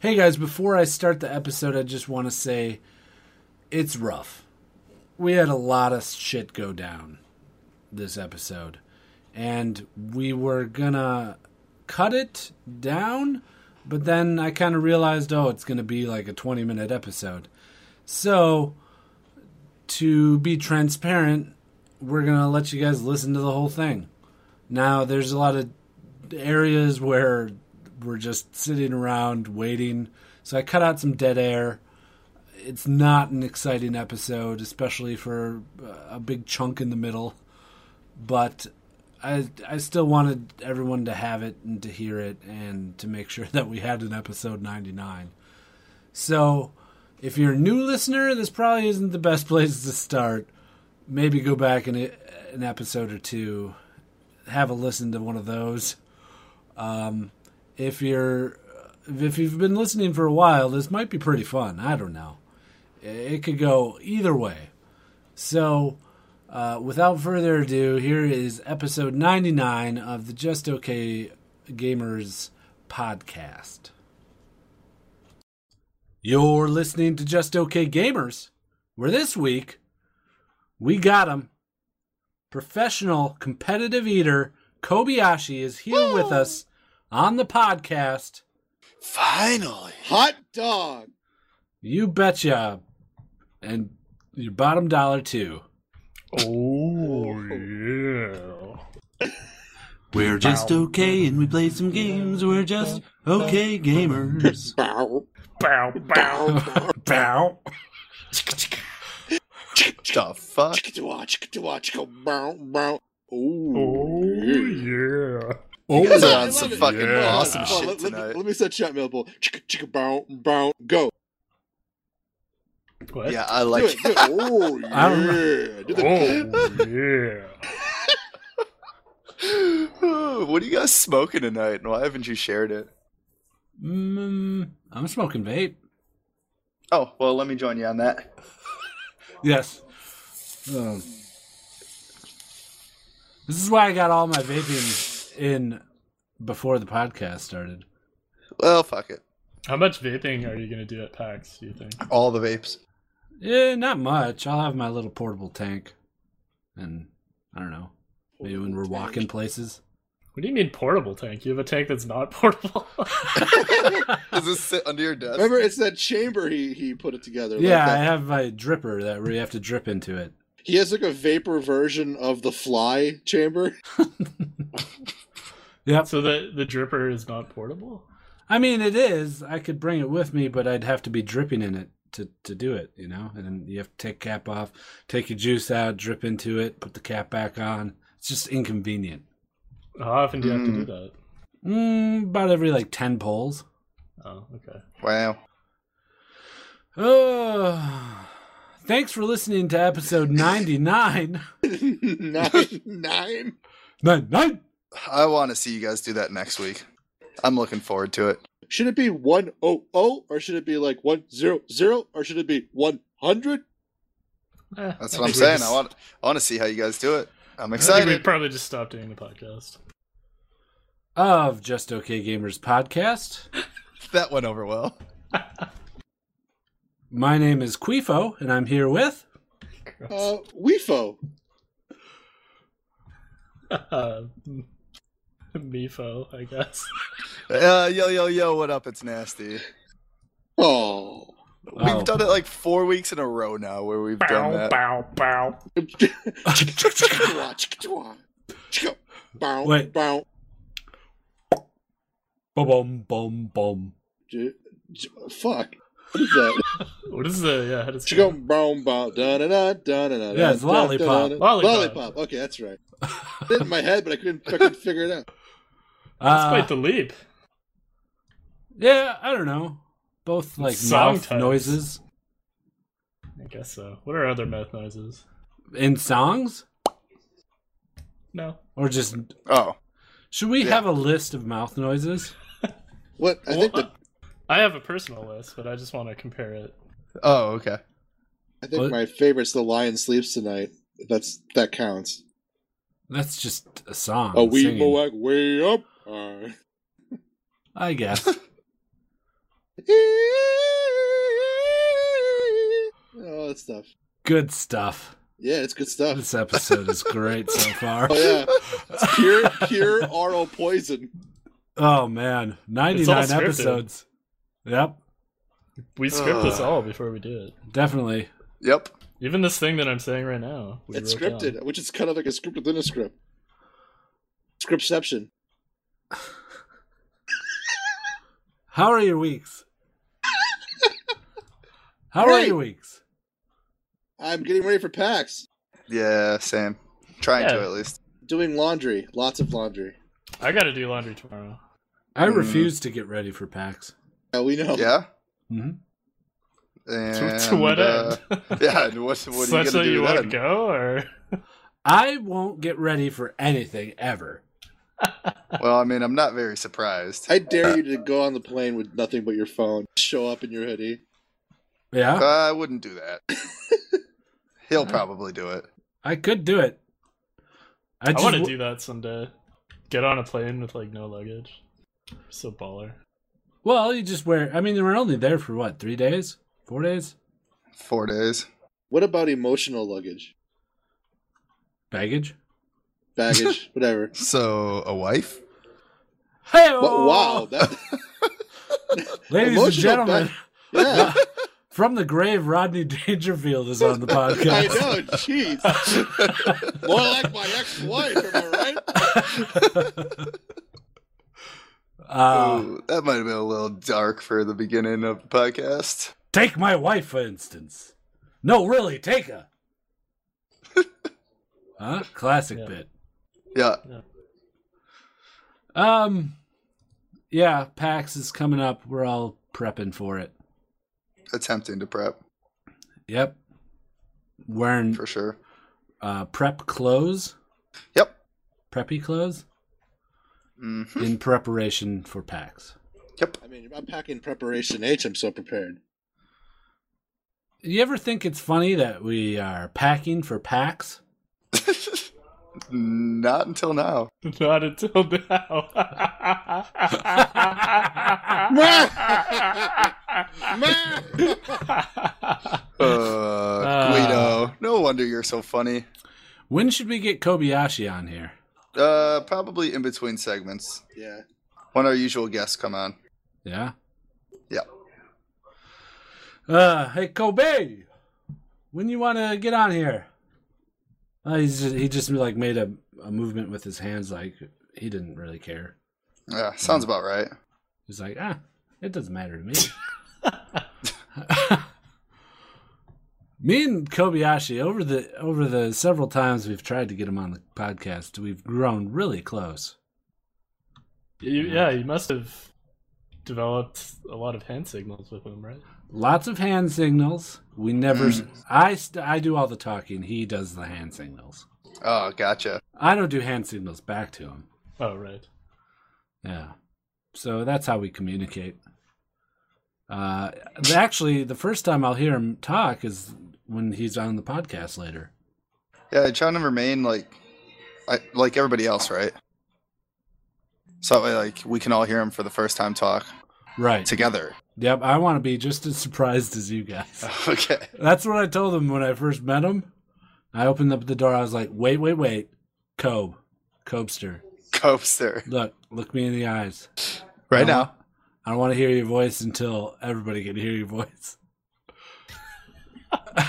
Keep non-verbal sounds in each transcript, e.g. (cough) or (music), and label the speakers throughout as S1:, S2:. S1: Hey guys, before I start the episode, I just want to say it's rough. We had a lot of shit go down this episode, and we were gonna cut it down, but then I kind of realized, oh, it's gonna be like a 20 minute episode. So, to be transparent, we're gonna let you guys listen to the whole thing. Now, there's a lot of areas where we're just sitting around waiting. So I cut out some dead air. It's not an exciting episode, especially for uh, a big chunk in the middle. But I I still wanted everyone to have it and to hear it and to make sure (laughs) that we had an episode 99. So if you're a new listener, this probably isn't the best (laughs) place to start. Maybe go back in a, an episode or two, have a listen to one of those. Um, if you're if you've been listening for a while, this might be pretty fun. I don't know. It could go either way. So, uh, without further ado, here is episode 99 of the Just Okay Gamers podcast. You're listening to Just Okay Gamers, where this week we got him. Professional competitive eater Kobayashi is here with us on the podcast.
S2: Finally.
S3: Hot dog.
S1: You betcha. And your bottom dollar, too.
S2: Oh, yeah.
S1: We're
S2: just
S1: okay and we play some games. We're just okay
S4: (laughs)
S1: gamers.
S3: Bow.
S2: Bow, bow.
S1: Bow.
S4: the fuck?
S3: Chicka-dua, chicka-dua, chicka, bow, bow.
S2: Oh,
S3: Ooh.
S2: yeah.
S4: Oh,
S3: Yes,
S4: are
S3: I
S4: on
S3: love
S4: some
S3: it.
S4: fucking
S2: Yeah.
S4: awesome
S3: Let-
S4: shit
S3: let, me-
S4: tonight.
S3: Let me set you up, Melville. Chicka, chicka, bow, bow. Go.
S2: What?
S4: Yeah, I
S3: Do
S4: like
S3: it, do
S4: (laughs)
S3: it. Oh,
S1: I don't
S3: yeah. Do the
S2: Oh, yeah.
S4: Oh, (laughs) what are you guys smoking tonight, and why haven't you shared it?
S1: Mm, I'm smoking vape.
S4: Oh, well, let me join you on that.
S1: Yes. Um, this is why I got all my vaping in before the podcast started.
S4: Well, fuck it.
S5: How much vaping are you gonna do at PAX? Do you think?
S4: All the vapes.
S1: Yeah, Eh, not much. I'll have my little portable tank. And I don't know. Maybe when we're walking places.
S5: What do you mean portable tank? You have a tank that's not (laughs) portable.
S4: (laughs) Does this sit under your desk?
S3: Remember, it's that chamber he, he put it together. like
S1: Yeah, I
S3: that.
S1: have my dripper that where you have to drip into it.
S3: He has like a vapor version of the fly chamber. (laughs)
S1: Yep.
S5: so the the dripper is not portable.
S1: I mean, it is. I could bring it with me, but I'd have to be dripping in it to, to do it, you know? And then you have to take cap off, take your juice out, drip into it, put the cap back on. It's just inconvenient.
S5: How often do you have to do
S4: Mm.
S5: that?
S1: Mm, about every like 10 poles.
S5: Oh, okay.
S4: Wow.
S1: Oh, thanks for listening to
S3: (laughs)
S1: episode 99.
S4: (laughs)
S3: nine, nine.
S1: (laughs) nine, nine.
S4: I want to see you guys do that next week. I'm looking forward to it.
S3: Should it be one oh oh, or should it be like one zero zero, or should it be one hundred?
S5: Eh,
S4: That's
S5: I
S4: what I'm
S5: think we
S4: saying.
S5: just-
S4: I want I want to see how you guys do it. (laughs) I'm
S5: I think
S4: excited.
S5: We'd probably just stop doing
S4: (laughs)
S5: the podcast. (laughs)
S1: Of Just Okay Gamers podcast.
S4: That went over well.
S1: My name is Quifo, and I'm here
S5: (laughs)
S1: with.
S3: Uh, Weefo.
S5: Um, Mifo, I guess.
S4: Uh, yo, yo, yo, what up? It's Nasty.
S3: Oh.
S1: Oh.
S4: We've done it like four weeks in a row now where we've done that.
S5: bow, bow.
S3: Chicka-dua, chicka-dua. Chicka. Bow,
S1: Wait.
S3: bow.
S1: Boom, boom, boom.
S3: J- j- Fuck. What is that?
S5: What is the yeah? How does it
S3: Chicka,
S5: go?
S3: bow, bow, da da da da da da.
S1: Yeah, it's
S3: da,
S1: lollipop.
S3: da, da, da.
S5: Lollipop.
S3: Lollipop. Okay, that's right. It's in my head, but I couldn't, I couldn't figure it out.
S5: That's
S1: Uh,
S5: quite the leap.
S1: yeah, I don't know. Both like
S5: Song
S1: mouth
S5: types.
S1: noises
S5: I guess so. What are other mouth noises?
S1: in songs,
S5: No.
S1: or just
S4: Oh,
S1: should we
S4: Yeah.
S1: have a list of mouth noises?
S3: What I think the,
S5: I have a personal list, but I just want to compare it.
S4: oh, okay.
S3: I think
S1: What?
S3: my favorite's the lion sleeps tonight. That's that counts.
S1: That's just a song.
S3: A wee
S1: singing.
S3: (laughs) moac way up. Uh,
S1: I guess.
S3: Ew, that stuff.
S1: Good stuff.
S3: Yeah, it's good stuff.
S1: This episode is great so far. (laughs)
S3: Oh yeah, it's pure pure RO poison.
S1: Oh man, ninety
S5: all
S1: nine
S5: scripted.
S1: episodes. Yep,
S5: We script this
S4: Ugh.
S5: all before we do it.
S1: definitely.
S4: Yep.
S5: Even this thing that I'm saying right now. We
S3: it's
S5: wrote
S3: scripted,
S5: down.
S3: which is kind of like a script within a script. Scriptception.
S1: How are your weeks? How are
S3: Great.
S1: your weeks?
S3: I'm getting ready for PAX.
S4: Yeah, same. Trying to
S5: Yeah.
S4: at least.
S3: Doing laundry, lots of laundry.
S5: I gotta do laundry tomorrow. (laughs)
S1: I
S4: Mm.
S1: refuse to get ready for PAX.
S3: Yeah, we know.
S4: Yeah.
S1: hmm
S5: (laughs) To,
S4: And,
S5: to what
S4: uh,
S5: end?
S4: (laughs) Yeah. And
S5: (laughs)
S4: what what are you
S5: Such
S4: gonna
S5: that
S4: do
S5: you
S4: then?
S5: want to go, or
S1: I won't get ready for anything ever.
S4: Well, I mean, I'm not very surprised.
S3: I dare you to go on the plane with nothing but your phone. Show up in your hoodie.
S1: Yeah,
S4: Uh, I wouldn't do
S5: (laughs)
S4: that. He'll probably do it.
S1: I could do it. I,
S5: I
S1: just
S5: want to
S1: w-
S5: do that someday. Get on a plane with like no luggage. So baller. (laughs)
S1: Well, you just wear. I mean, they were only there for what, three days, four days?
S4: Four days.
S3: What about emotional luggage?
S1: Baggage.
S4: (laughs)
S3: Baggage, whatever.
S4: So a wife?
S1: Hey,
S3: But wow, that
S1: ladies and
S3: emotional
S1: gentlemen,
S3: bag-
S1: (laughs)
S3: yeah.
S1: from the grave, Rodney Dangerfield is on the podcast.
S3: I know, jeez. (laughs) More like my ex-wife, am I right?
S1: (laughs) Uh,
S4: Ooh, that might have been a little dark for the beginning of the podcast.
S1: take my wife, for instance. No, really, take
S4: (laughs)
S1: her. huh? Classic
S5: Yeah.
S1: bit.
S4: Yeah.
S1: Um, yeah, PAX is coming up. We're all prepping for it.
S4: Attempting to prep
S1: Yep. Wearing
S4: for sure.
S1: uh, prep clothes,
S4: Yep.
S1: preppy clothes,
S4: hmm
S1: in preparation for PAX.
S3: I mean, I'm packing preparation H. I'm so prepared.
S1: You ever think it's funny that we are packing for PAX?
S4: (laughs) Not until now.
S5: Not
S1: (laughs)
S5: until (laughs) now. (laughs)
S4: Uh,
S5: Ah.
S4: Guido, no wonder you're so funny.
S1: When should we get Kobayashi on here?
S4: Uh, probably in between segments
S3: Yeah.
S4: when our usual guests come on.
S1: Yeah.
S4: Yeah.
S1: Uh, hey Kobe, when you want to get on here? Uh, he's just, he just like made a, a movement with his hands, like he didn't really care.
S4: Yeah, sounds about right.
S1: He's like, ah, it doesn't matter to me. me and Kobayashi over the over the several times we've tried to get him on the podcast, we've grown really close.
S5: you, yeah, you must have developed a lot of hand signals with him, right?
S1: Lots of hand signals. We never. I st- I do all the talking. He does the hand signals.
S4: Oh, gotcha.
S1: I don't do hand signals back to him.
S5: Oh, right.
S1: Yeah. So that's how we communicate. Uh, actually, the first time I'll hear him talk is when he's on the podcast later.
S4: Yeah, trying to remain like, I, like everybody else, right? So that way, like, we can all hear him for the first time talk
S1: Right.
S4: together. (laughs)
S1: Yep. I want to be just as (laughs) surprised as you guys.
S4: Okay.
S1: That's what I told him when I first met him. I opened up the door. I was like, wait, wait, wait. Cobe. Cobester.
S4: Coaster. Uh-huh.
S1: Look, look me in the eyes. I
S4: Right
S1: don't
S4: now.
S1: wa- I don't want to hear your voice until everybody can hear your voice. (laughs)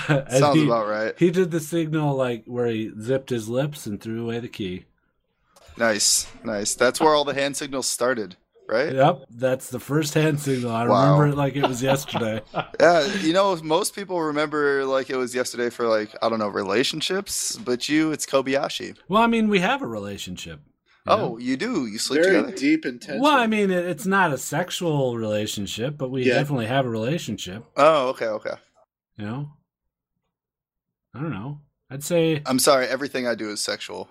S1: And
S4: Sounds
S1: he,
S4: about right.
S1: He did the signal like where he zipped his lips and threw away the key.
S4: Nice. Nice. That's where all the hand signals started, right?
S1: Yep, that's the first hand signal. I
S4: Wow.
S1: remember it like it was yesterday. (laughs)
S4: Yeah, you know, most people remember like it was yesterday for like I don't know relationships, but you, it's Kobayashi.
S1: well, I mean, we have a relationship. you
S4: Oh, you do. You sleep
S3: Very
S4: together.
S3: deep, intense.
S1: Well, I mean, it, it's not a sexual relationship, but we
S3: Yeah.
S1: definitely have a relationship.
S4: Oh, okay, okay.
S1: You know, I don't know. I'd say,
S4: I'm sorry. Everything I do is sexual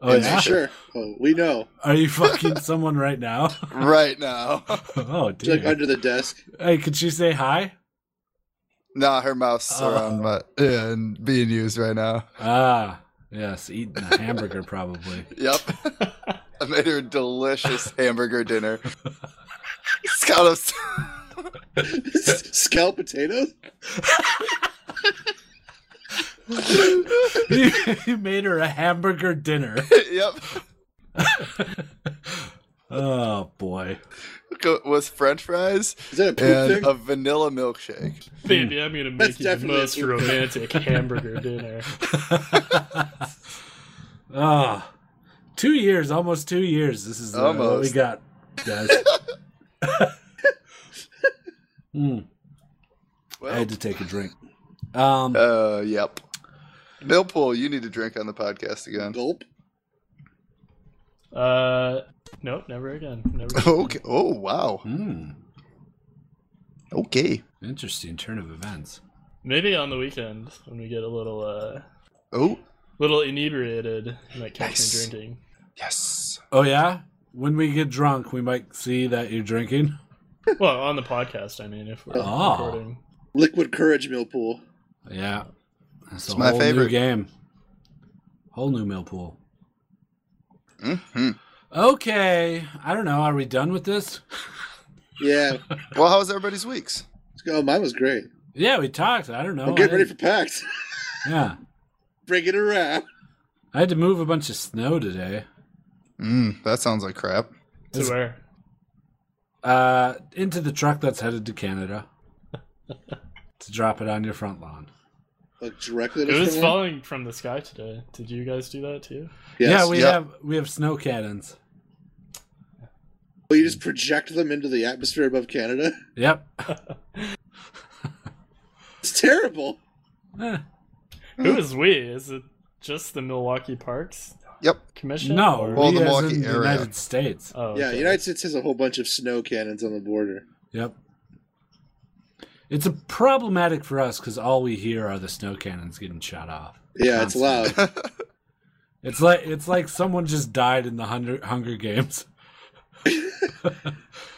S1: oh
S4: in
S1: yeah,
S4: nature.
S3: sure. Oh, we know.
S1: are you fucking someone right now? (laughs)
S4: right now. (laughs)
S1: oh,
S3: It's like
S1: dude.
S3: under the desk.
S1: Hey, could she say hi?
S4: nah, her mouth's
S1: Oh.
S4: around my yeah, and being used right now.
S1: Ah, yes, eating a hamburger probably.
S4: Yep. I made her a delicious hamburger dinner. It's kind of
S3: (laughs) Scallop potatoes?
S1: you, (laughs) you made her a hamburger dinner.
S4: (laughs) yep.
S1: Oh boy. (laughs)
S4: Go- With French fries
S3: Is that a poop
S4: and
S3: thing?
S4: a vanilla milkshake.
S5: (laughs) Baby, I'm gonna make
S3: That's
S5: you the
S3: definitely a
S5: most
S3: poop thing. (laughs)
S5: romantic hamburger dinner.
S1: Ah, two years, almost two years. This is uh, what we
S4: Almost.
S1: got,
S4: (laughs)
S1: guys. Hmm, I
S4: Well,
S1: had to take a drink. Um,
S4: uh, yep. Millpool, you need to drink on the podcast again.
S3: Gulp.
S5: Uh, nope, never again. Never.
S3: (laughs)
S5: Again.
S4: Okay. Oh wow.
S1: hmm,
S4: Okay.
S1: interesting turn of events.
S5: Maybe on the weekend when we get a little uh,
S4: Oh
S5: little inebriated, I might catch
S4: Nice.
S5: me drinking.
S4: yes.
S1: Oh yeah, when we get drunk, we might see that you're drinking.
S5: Well, on the podcast, I mean, if we're
S3: Ah.
S1: Oh.
S5: recording.
S3: Liquid courage, Millpool.
S1: Yeah, that's
S4: It's
S1: a
S4: my
S1: whole new
S4: favorite.
S1: game. Whole new Millpool.
S4: hmm
S1: Okay, I don't know. Are we done with this?
S3: Yeah.
S4: Well, how's everybody's weeks?
S3: Let's go. mine was great.
S1: Yeah, we talked. I don't know.
S5: Oh,
S3: I'm getting
S1: I-
S3: ready for PAX. (laughs)
S1: yeah,
S3: Bring it around.
S1: I had to move a bunch of snow today.
S4: Mm, that sounds like crap.
S5: To where?
S1: Uh, into the truck that's headed to Canada
S4: (laughs)
S1: to drop it on your front lawn.
S3: Like directly to
S5: It was
S3: someone?
S5: falling from the sky today. Did you guys do that too?
S3: Yes.
S1: yeah, we
S4: yep.
S1: have we have snow cannons.
S3: Well, you just project them into the atmosphere above Canada. (laughs)
S1: Yep.
S3: It's terrible.
S1: Eh,
S5: Who
S3: Hmm.
S5: is we? Is it just the Milwaukee Parks
S4: Yep.
S5: Commission?
S1: no,
S5: Or-
S4: Well,
S1: we
S4: the
S1: as
S4: Milwaukee
S1: in the
S4: area.
S1: United States.
S5: oh,
S3: Yeah,
S5: okay.
S3: United States has a whole bunch of snow cannons on the border.
S1: Yep. It's a problematic for us because all we hear are the snow cannons getting shot off.
S3: Yeah, it's loud.
S1: Constantly. It's like it's like someone just died in the Hunger, Hunger Games.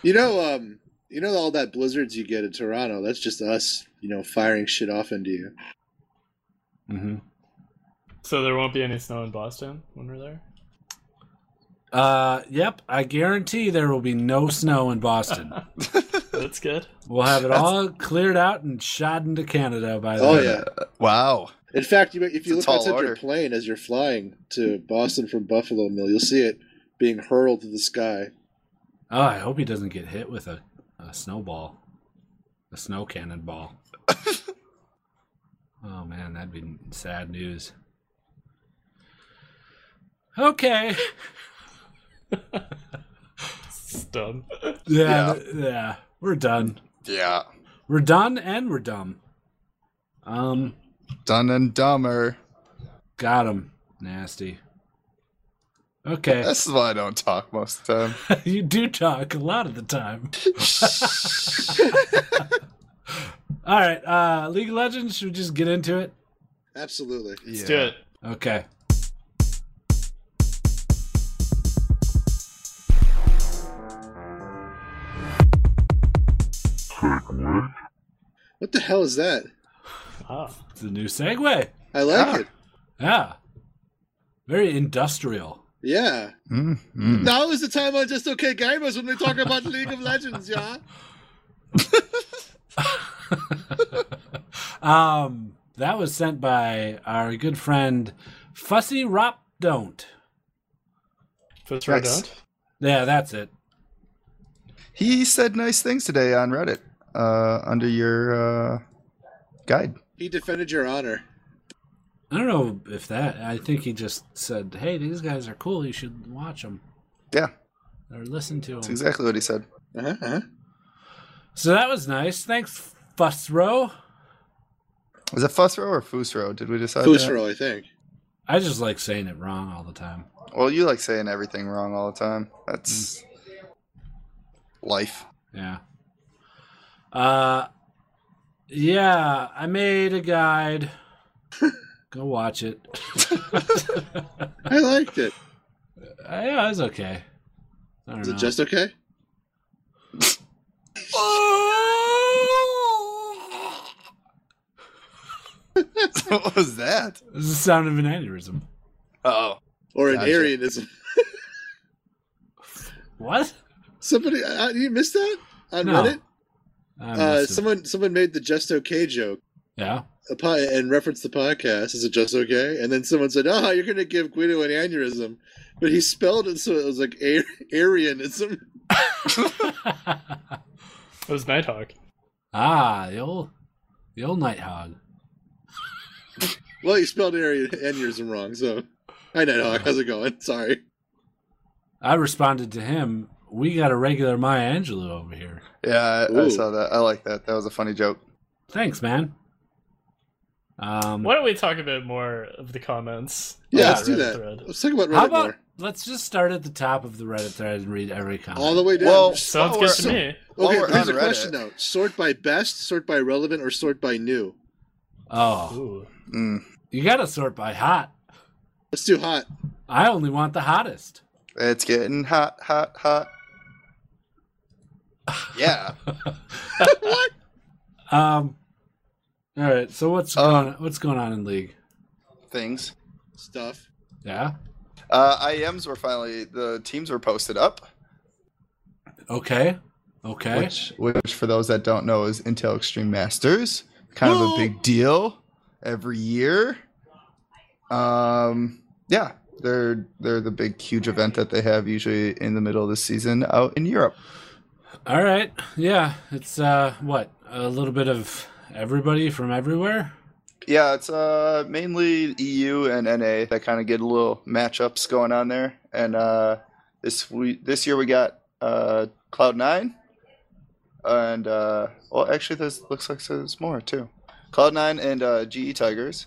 S3: You know, um, you know all that blizzards you get in Toronto. That's just us, you know, firing shit off into you.
S1: Mm-hmm.
S5: So there won't be any snow in Boston when we're there.
S1: Uh, yep. I guarantee there will be no snow in Boston.
S5: That's good.
S1: We'll have it all cleared out and shot into Canada by the
S3: Oh yeah.
S4: Wow.
S3: In fact, you, if you
S4: It's
S3: look
S4: a
S3: outside
S4: tall
S3: your
S4: order.
S3: plane as you're flying to Boston from Buffalo Mill, you'll see it being hurled to the sky.
S1: Oh, I hope he doesn't get hit with a, a snowball, a snow cannonball. oh man, that'd be sad news. Okay.
S5: It's dumb.
S1: Yeah, th- yeah. We're done.
S4: Yeah.
S1: We're done, and we're dumb. Um,
S4: Done and dumber.
S1: got him. Nasty.
S4: (laughs)
S1: Okay, (laughs)
S4: This is why I don't talk most of the time.
S1: you do talk a lot of the time. All right, uh, League of Legends. Should we just get into it?
S3: Absolutely.
S5: Let's do it.
S1: Okay.
S3: What the hell is that?
S5: Ah,
S1: It's a new segue.
S3: I like
S4: Ah.
S3: it.
S1: Yeah. Very industrial.
S3: Yeah.
S4: Mm, mm.
S3: Now is the time on Just Okay Gamers when we talk about (laughs) League of Legends, yeah?
S1: Um, that was sent by our good friend Fussy Rop Don't.
S5: Fist
S4: Nice.
S5: Redoubt?
S1: Yeah, that's it.
S4: He said nice things today on Reddit uh, under your uh, guide.
S3: He defended your honor.
S1: I don't know if that. I think he just said, "Hey, these guys are cool. You should watch them
S4: Yeah,
S1: or listen to them."
S4: that's exactly what he said.
S3: Uh-huh, uh-huh.
S1: So that was nice. Thanks, Fussro.
S4: Was it Fusro or Fusro? Did we decide? that?
S3: Fusro, I think.
S1: I just like saying it wrong all the time.
S4: Well, you like saying everything wrong all the time. That's life. (laughs)
S1: Yeah. Uh yeah, I made a
S3: (laughs)
S1: guide. Go watch it. (laughs)
S3: I liked it.
S1: Uh, yeah, it was okay. I don't
S3: Is
S1: know.
S3: it just okay? (laughs)
S4: what was that?
S1: This is the sound of an aneurysm.
S4: Oh,
S3: Or an
S4: Gotcha.
S3: Arianism?
S1: What?
S3: Somebody, uh, you missed that on
S1: No,
S3: Reddit?
S1: I
S3: Uh,
S1: must have-
S3: someone, someone made the Just Okay joke.
S1: yeah. (laughs)
S3: a po- and reference the podcast. Is it just okay? And then someone said, "Ah, you're going to give Guido an aneurysm," but he spelled it so it was like a- Arianism.
S5: it was Nighthawk.
S1: Ah, the old, the old night hog.
S3: Well, you spelled Arian aneurysm wrong. So, hi Nighthawk, how's it going? Sorry.
S1: I responded to him. We got a regular Maya Angelou over here.
S4: Yeah, I, I
S3: Ooh.
S4: saw that. I like that. That was a funny joke.
S1: Thanks, man. Um,
S5: Why don't we talk about more of the comments?
S3: Yeah,
S5: on
S3: let's do
S5: Reddit
S3: that.
S5: thread?
S3: Let's talk about Reddit
S1: how about
S3: more.
S1: let's just start at the top of the Reddit thread and read every comment.
S3: all the way down.
S4: Well,
S5: Sounds
S4: while
S5: good
S4: we're-
S5: to me.
S4: while
S3: okay,
S4: we're
S3: here's a
S4: on Reddit-
S3: question though: sort by best, sort by relevant, or sort by new?
S1: oh,
S5: Ooh.
S4: Mm,
S1: you gotta sort by hot.
S3: Let's do hot.
S1: I only want the hottest.
S4: it's getting hot, hot, hot. Yeah.
S3: what?
S1: Um, all right. So what's
S4: Um,
S3: Uh,
S1: going what's going on in league?
S4: Things.
S3: Stuff.
S1: Yeah.
S4: Uh, IMs were finally the teams were posted up,
S1: Okay. Okay.
S4: which which for those that don't know is Intel Extreme Masters, kind of a
S3: Woo!
S4: big deal every year. Um, yeah, they're they're the big huge event that they have usually in the middle of the season out in Europe.
S1: All right. Yeah. It's uh what a little bit of everybody from everywhere.
S4: Yeah, it's uh mainly EU and NA that kind of get little matchups going on there. And uh, this we this year we got uh, Cloud Nine, and uh, well actually there's looks like there's more too. Cloud Nine and uh, GE Tigers,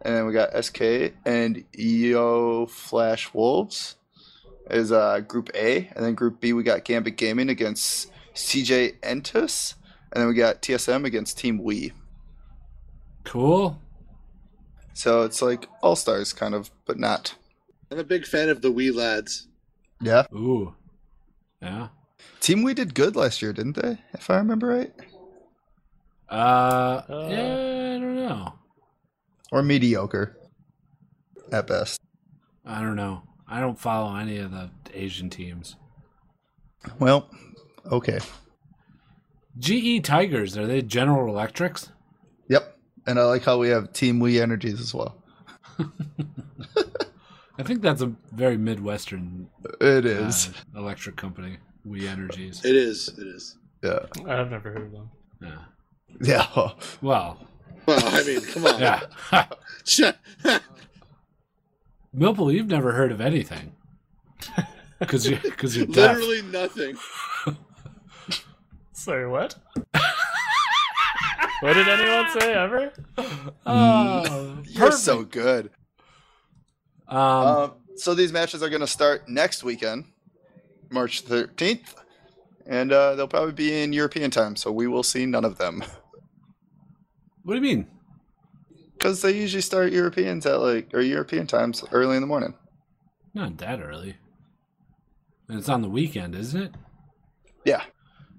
S4: and then we got SK and EO Flash Wolves is uh, Group A, and then Group B we got Gambit Gaming against CJ Entus, and then we got TSM against Team Wii.
S1: Cool.
S4: So it's like All Stars kind of, but not.
S3: I'm a big fan of the wee lads.
S4: Yeah.
S1: Ooh. Yeah.
S4: Team We did good last year, didn't they? If I remember right.
S1: Uh, yeah, I don't know.
S4: Or mediocre. At best.
S1: I don't know. I don't follow any of the Asian teams.
S4: Well, okay.
S1: GE E Tigers, are they General Electrics?
S4: Yep. And I like how we have Team We energies as well.
S1: I think that's a very Midwestern
S4: It
S1: uh,
S4: is.
S1: electric company, We Energies.
S3: It is. It is.
S4: Yeah.
S5: I've never heard of them.
S1: Yeah.
S4: Yeah. (laughs)
S1: Well,
S3: Well, I mean, come on.
S1: yeah. (laughs)
S3: Shut- (laughs)
S1: Millpool, you've never heard of anything. (laughs) Because you, cause you're deaf.
S3: Literally nothing.
S5: Sorry, what? what did anyone say ever?
S1: Oh,
S4: You're so good.
S1: Um,
S4: Um, so these matches are going to start next weekend, March 13th. And uh, they'll probably be in European time, so we will see none of them.
S1: what do you mean?
S4: Because they usually start Europeans at like, or European times early in the morning.
S1: Not that early. And it's on the weekend, isn't it?
S4: Yeah.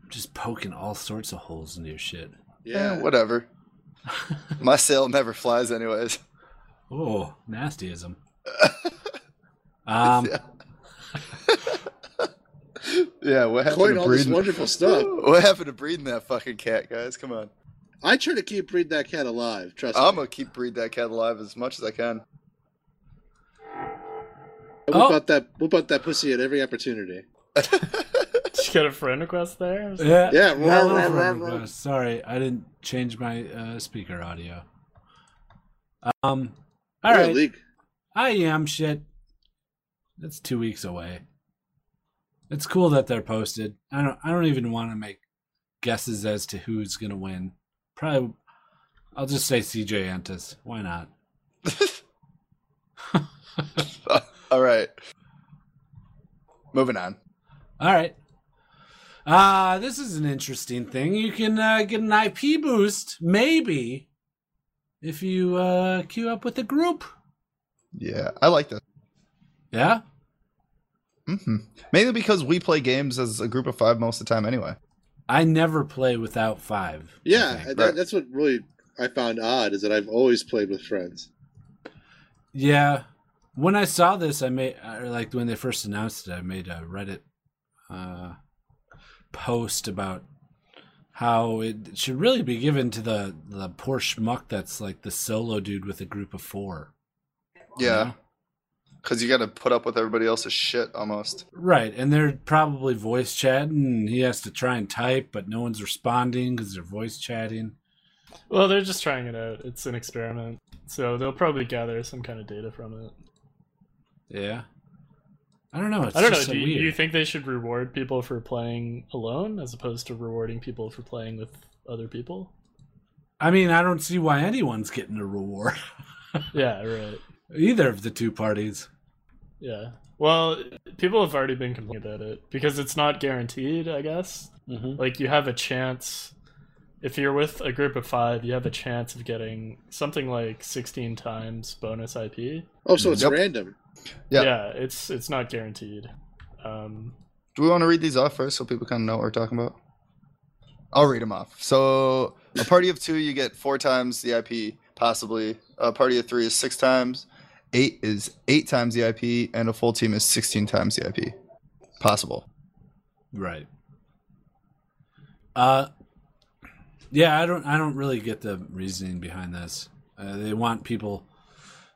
S1: Just poking all sorts of holes in your shit.
S4: Yeah,
S3: Yeah.
S4: Eh, (laughs) whatever. My sail never flies, anyways.
S1: Oh, nastyism. Um,
S4: Yeah, what happened
S3: Coin
S4: to
S3: all this
S4: breeding?
S3: wonderful
S4: (laughs)
S3: stuff.
S4: What happened to breeding that fucking cat, guys? Come on.
S3: I try to keep breed that cat alive. Trust
S4: I'm
S3: me.
S4: gonna keep breed that cat alive as much as I can.
S3: I
S1: Oh.
S3: Whoop out that whoop out that pussy at every opportunity.
S5: Did you get a friend request there?
S1: yeah,
S3: Yeah,
S1: that
S3: rah,
S1: was where
S3: rah, rah,
S1: we
S3: rah.
S1: go. Sorry, I didn't change my uh, speaker audio. Um, all
S3: We're a
S1: right,
S3: league.
S1: I am shit. That's two weeks away. It's cool that they're posted. I don't. I don't even want to make guesses as to who's gonna win. Probably, I'll just say CJ Antis. Why not?
S4: All right. Moving on.
S1: All right. Uh, this is an interesting thing. You can uh, get an IP boost, maybe, if you uh, queue up with a group.
S4: Yeah, I like that.
S1: Yeah?
S4: hmm Mainly because we play games as a group of five most of the time, anyway.
S1: I never play without five. I
S3: Yeah,
S1: think.
S3: that,
S4: Right.
S3: that's what really I found odd is that I've always played with friends.
S1: Yeah. When I saw this, I made, or like when they first announced it, I made a Reddit uh, post about how it should really be given to the the poor schmuck that's like the solo dude with a group of four.
S4: Yeah. Because you got to put up with everybody else's shit almost.
S1: Right, and they're probably voice chatting. and He has to try and type, but no one's responding because they're voice chatting.
S5: Well, they're just trying it out. It's an experiment, so they'll probably gather some kind of data from it.
S1: Yeah, I don't know. It's
S5: I don't know.
S1: just so
S5: Do you,
S1: weird.
S5: you think they should reward people for playing alone as opposed to rewarding people for playing with
S1: (laughs)
S5: other people?
S1: I mean, I don't see why anyone's getting a reward. (laughs)
S5: Yeah, right.
S1: Either of the two parties.
S5: Yeah. Well, people have already been complaining about it because it's not guaranteed, I guess.
S1: Mm-hmm.
S5: Like, you have a chance. If you're with a group of five, you have a chance of getting something like 16 times bonus IP.
S3: Oh, so it's
S4: Yep.
S3: random.
S4: Yeah.
S5: Yeah, it's it's not guaranteed. Um,
S4: Do we want to read these off first so people kind of know what we're talking about? I'll read them off. So, a party of two, you get four times the IP, possibly. A party of three is six times. Eight is eight times the IP, and a full team is 16 times the IP. Possible.
S1: Right. Uh, yeah, I don't. I don't really get the reasoning behind this. Uh, they want people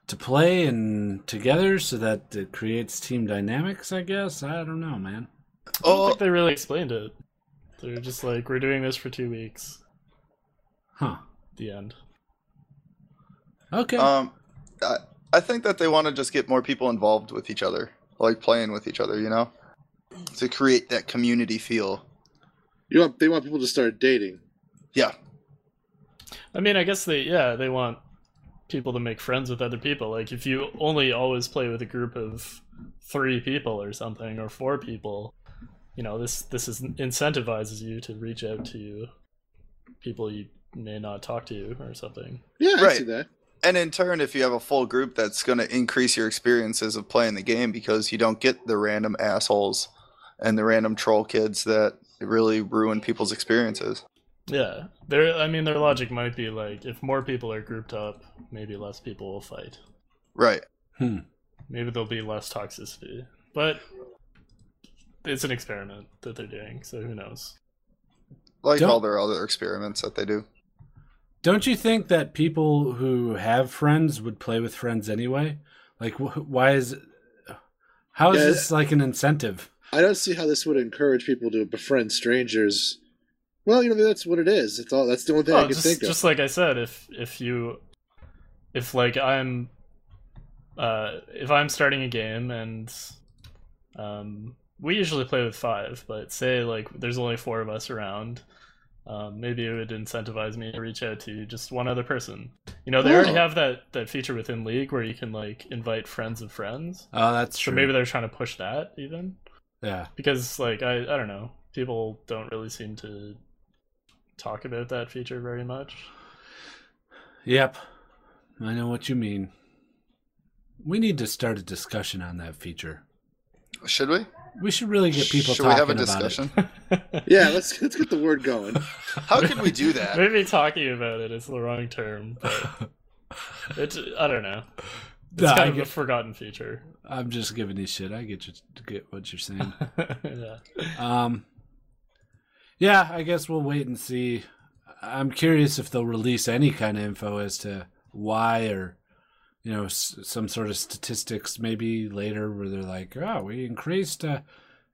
S1: to play and together so that it creates team dynamics. I guess I don't know, man.
S5: I don't
S4: Oh,
S5: think they really explained it. They're just like, we're doing this for two weeks.
S1: Huh.
S5: The end.
S1: Okay.
S4: um, I, I think that they want to just get more people involved with each other, like playing with each other, you know? To create that community feel.
S3: You want they want people to start dating.
S4: Yeah.
S5: I mean, I guess they yeah they want people to make friends with other people. Like if you only always play with a group of three people or something or four people, you know this this is incentivizes you to reach out to people you may not talk to or something.
S3: Yeah, I
S4: Right.
S3: see that.
S4: And in turn, if you have a full group, that's going to increase your experiences of playing the game because you don't get the random assholes and the random troll kids that really ruin people's experiences.
S5: Yeah, there. I mean, their logic might be like if more people are grouped up, maybe less people will fight.
S4: Right.
S5: Maybe there'll be less toxicity, but it's an experiment that they're doing, so who knows?
S4: Like
S1: Don't-
S4: all their other experiments that they do.
S1: Don't you think that people who have friends would play with friends anyway? Like, wh- why is how is
S3: Yeah.
S1: this like an incentive?
S3: I don't see how this would encourage people to befriend strangers. Well, you know that's what it is. It's all that's the only thing
S1: Oh,
S3: I
S5: Well,
S3: can
S5: just,
S3: think of.
S5: just like I said, if if you, if like I'm, uh, if I'm starting a game and, um, we usually play with five, but say like there's only four of us around, um, maybe it would incentivize me to reach out to just one other person. You know, they already
S3: Oh.
S5: have that that feature within League where you can like invite friends of friends.
S1: Oh, that's true.
S5: So maybe they're trying to push that even
S1: yeah.
S5: because like I I don't know people don't really seem to talk about that feature very much.
S1: Yep. I know what you mean. We need to start a discussion on that feature.
S4: Should we?
S1: We should really get people
S4: Should we
S1: talking
S4: have a
S1: about (laughs)
S4: discussion?
S3: yeah, let's let's get the word going.
S4: How could we do
S1: (laughs)
S4: that?
S5: Maybe talking about it is the wrong term,
S4: (laughs)
S5: but it's I don't know.
S1: it.
S5: It's
S1: Nah,
S5: kind
S1: I
S5: of a
S1: get, (laughs)
S5: forgotten feature.
S1: I'm just giving you shit. I get you get what you're saying.
S5: yeah.
S1: Um, yeah, I guess we'll wait and see. I'm curious if they'll release any kind of info as to why or, you know, s- some sort of statistics maybe later where they're like, oh, we increased, uh,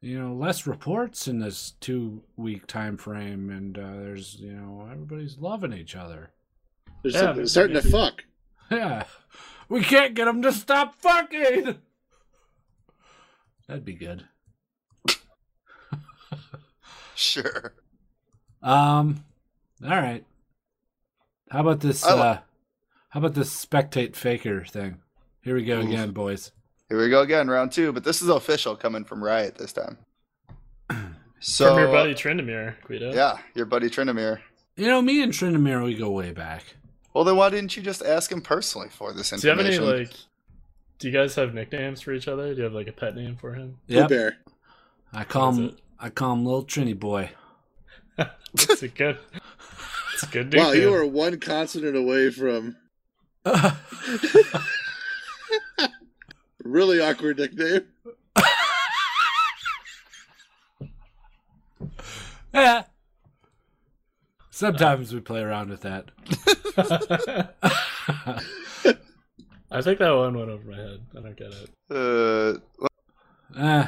S1: you know, less reports in this two week time frame and uh, there's, you know, everybody's loving each other. (laughs)
S3: There's
S5: Yeah,
S3: something
S5: there's-
S3: starting to fuck.
S1: Yeah. We can't get them to stop fucking! That'd be good.
S4: Sure.
S1: Um. All right. How about this?
S4: I li-
S1: uh, how about this spectate faker thing? Here we go
S4: Oof.
S1: again, boys.
S4: Here we go again, round two, but this is official coming from Riot this
S1: (clears throat)
S4: time. So,
S5: From your buddy Trindamir, Guido.
S4: yeah, your buddy Trinamir.
S1: You know, me and Trinamir, we go way back.
S4: Well, then why didn't you just ask him personally for this
S5: Do you have
S4: information?
S5: any like? Do you guys have nicknames for each other? Do you have like a pet name for him?
S1: Yep.
S3: Blue bear.
S1: I call
S5: That's
S1: him.
S5: it.
S1: I call him little Trini boy. (laughs)
S5: It's a good. It's a
S4: (laughs)
S5: good
S3: Wow,
S5: nickname.
S3: you are one consonant away from really awkward nickname.
S1: yeah. Sometimes we play around with that.
S4: (laughs)
S5: I think that one went over my head. I don't get it. (laughs)
S4: Uh,
S1: Eh,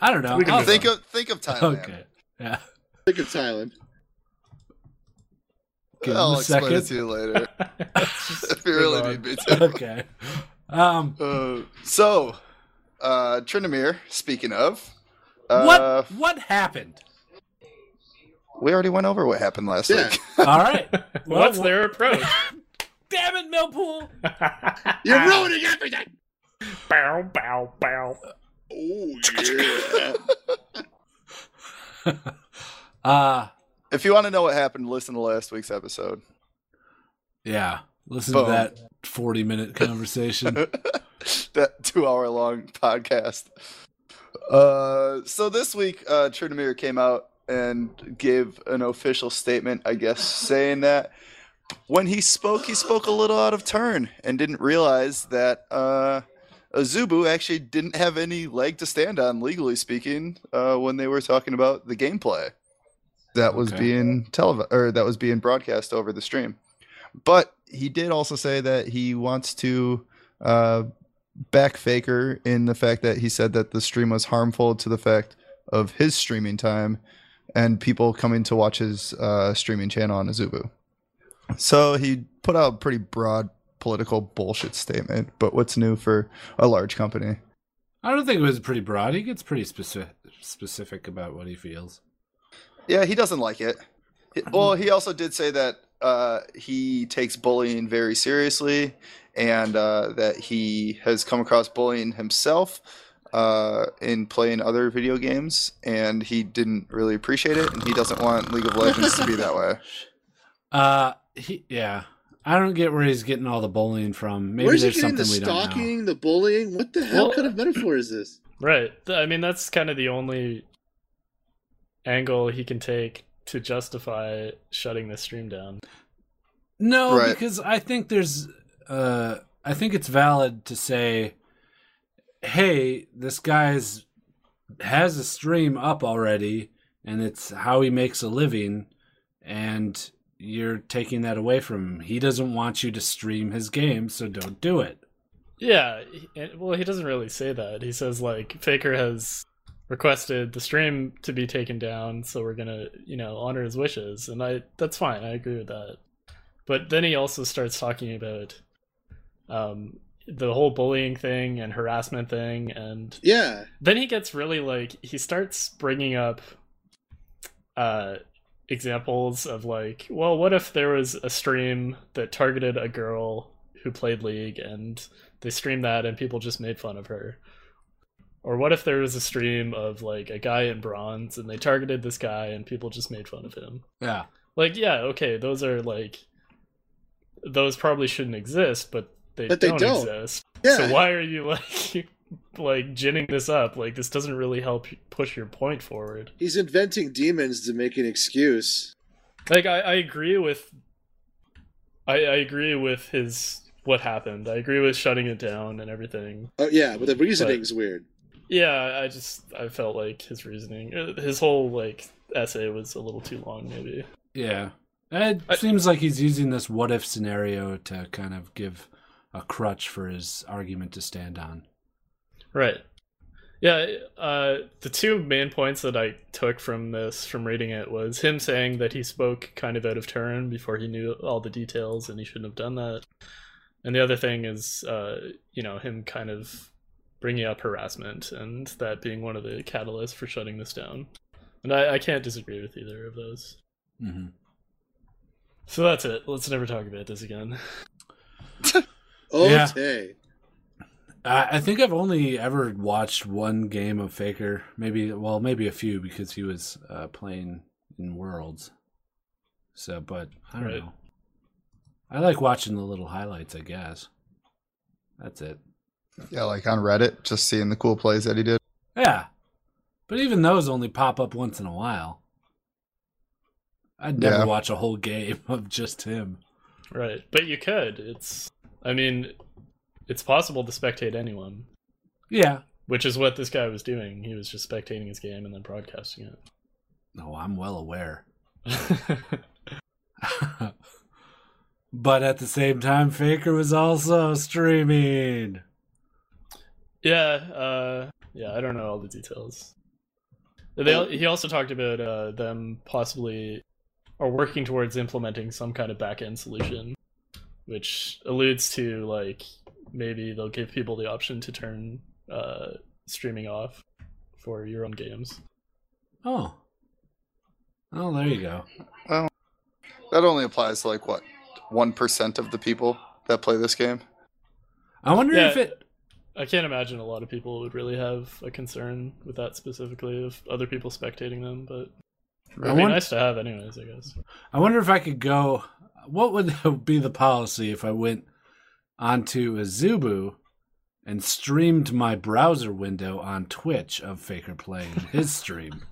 S1: I don't know.
S2: We can
S1: I'll-
S2: do
S4: (laughs) think
S1: (laughs)
S4: of think of Thailand.
S1: Okay. Yeah. (laughs)
S3: Think of Thailand.
S1: Give 'em
S4: I'll
S1: a
S4: explain it
S1: second.
S4: to you
S1: (laughs)
S4: later.
S5: Let's just
S4: if you really
S5: move on.
S4: need me to.
S1: Okay. Um.
S4: Uh, so, uh, Trinomir, speaking of. Uh,
S1: What what happened?
S4: We already went over what happened last
S3: Yeah.
S4: week. (laughs)
S1: All (laughs) right. Well,
S5: What's
S1: wha-
S5: their approach?
S1: Damn it, Millpool.
S3: You're
S1: Ah.
S3: ruining everything.
S2: Bow, bow, bow.
S3: Oh yeah.
S1: Uh
S4: If you want to know what happened, listen to last week's episode.
S1: yeah. Listen
S4: Boom.
S1: to that forty
S3: (laughs)
S1: minute conversation.
S4: (laughs) that two hour long podcast. Uh, so this week, uh, Trinomir came out and gave an official statement, I guess, saying that when he spoke, he spoke a little out of turn and didn't realize that uh, Azubu actually didn't have any leg to stand on, legally speaking, uh, when they were talking about the gameplay that was
S1: Okay.
S4: being telev- or that was being broadcast over the stream. But he did also say that he wants to uh, back Faker in the fact that he said that the stream was harmful to the fact of his streaming time and people coming to watch his uh, streaming channel on Azubu. So he put out a pretty broad political bullshit statement, but what's new for a large company?
S1: I don't think it was pretty broad. He gets pretty specific specific about what he feels.
S4: Yeah, he doesn't like it. He- Well, he also did say that uh, he takes bullying very seriously, and uh, that he has come across bullying himself uh, in playing other video games, and he didn't really appreciate it, and he doesn't want League of Legends to be that way.
S1: Uh he yeah. I don't get where he's getting all the bullying from. Maybe
S3: Where's he
S1: there's
S3: getting
S1: something
S3: the
S1: we don't know.
S3: stalking, the bullying? What the hell
S5: Well-
S3: kind of metaphor is this?
S5: Right. Th- I mean, that's kind of the only angle he can take to justify shutting the stream down.
S1: No,
S4: Right.
S1: because I think there's uh I think it's valid to say hey, this guy's has a stream up already and it's how he makes a living and you're taking that away from him. He doesn't want you to stream his game, so don't do it.
S5: Yeah. he- and- Well, he doesn't really say that. He says, like, Faker has requested the stream to be taken down, so we're going to, you know, honor his wishes. And I that's fine. I agree with that. But then he also starts talking about um, the whole bullying thing and harassment thing and
S3: Yeah.
S5: then he gets really like he starts bringing up uh examples of like well what if there was a stream that targeted a girl who played league and they streamed that and people just made fun of her or what if there was a stream of like a guy in bronze and they targeted this guy and people just made fun of him
S1: Yeah.
S5: like yeah okay those are like those probably shouldn't exist but they,
S3: But they don't.
S5: exist
S3: Yeah.
S5: so why are you like (laughs) like ginning this up? Like this doesn't really help you push your point forward.
S3: He's inventing demons to make an excuse.
S5: Like I, I agree with I, I agree with his what happened. I agree with shutting it down and everything.
S3: Oh yeah, but the reasoning's weird.
S5: Yeah, I just I felt like his reasoning uh, his whole like essay was a little too long maybe.
S1: Yeah. It
S5: I-
S1: seems like he's using this what if scenario to kind of give a crutch for his argument to stand on.
S5: Right. Yeah, uh, the two main points that I took from this, from reading it, was him saying that he spoke kind of out of turn before he knew all the details and he shouldn't have done that. And the other thing is, uh, you know, him kind of bringing up harassment and that being one of the catalysts for shutting this down. And I, I can't disagree with either of those.
S1: hmm
S5: So that's it. Let's never talk about this again. (laughs)
S1: Yeah.
S3: Okay. (laughs)
S1: I I think I've only ever watched one game of Faker. Maybe, well, maybe a few because he was uh, playing in Worlds. So, but I don't
S5: Right.
S1: know. I like watching the little highlights, I guess. That's it.
S4: (laughs) Yeah, like on Reddit, just seeing the cool plays that he did.
S1: Yeah. But even those only pop up once in a while. I'd never
S4: Yeah.
S1: watch a whole game (laughs) of just him.
S5: Right. But you could. It's, I mean, it's possible to spectate anyone.
S1: Yeah.
S5: Which is what this guy was doing. He was just spectating his game and then broadcasting
S1: No, I'm well aware.
S5: it.
S1: (laughs)
S5: (laughs)
S1: But at the same time, Faker was also streaming.
S5: Yeah, uh, yeah, I don't know all the details. They, al- he also talked about uh, them possibly are working towards implementing some kind of back-end solution, which alludes to like maybe they'll give people the option to turn uh, streaming off for your own games.
S1: Oh. Oh, there you go.
S4: That only applies to like what one percent of the people that play this game.
S1: I wonder
S5: Yeah.
S1: if it.
S5: I can't imagine a lot of people would really have a concern with that specifically of other people spectating them, but
S1: I,
S5: it'd be
S1: won-
S5: nice to have anyways, I guess.
S1: I wonder if I could go. What would (laughs) be the policy if I went onto Azubu and streamed my browser window on Twitch of Faker playing his stream?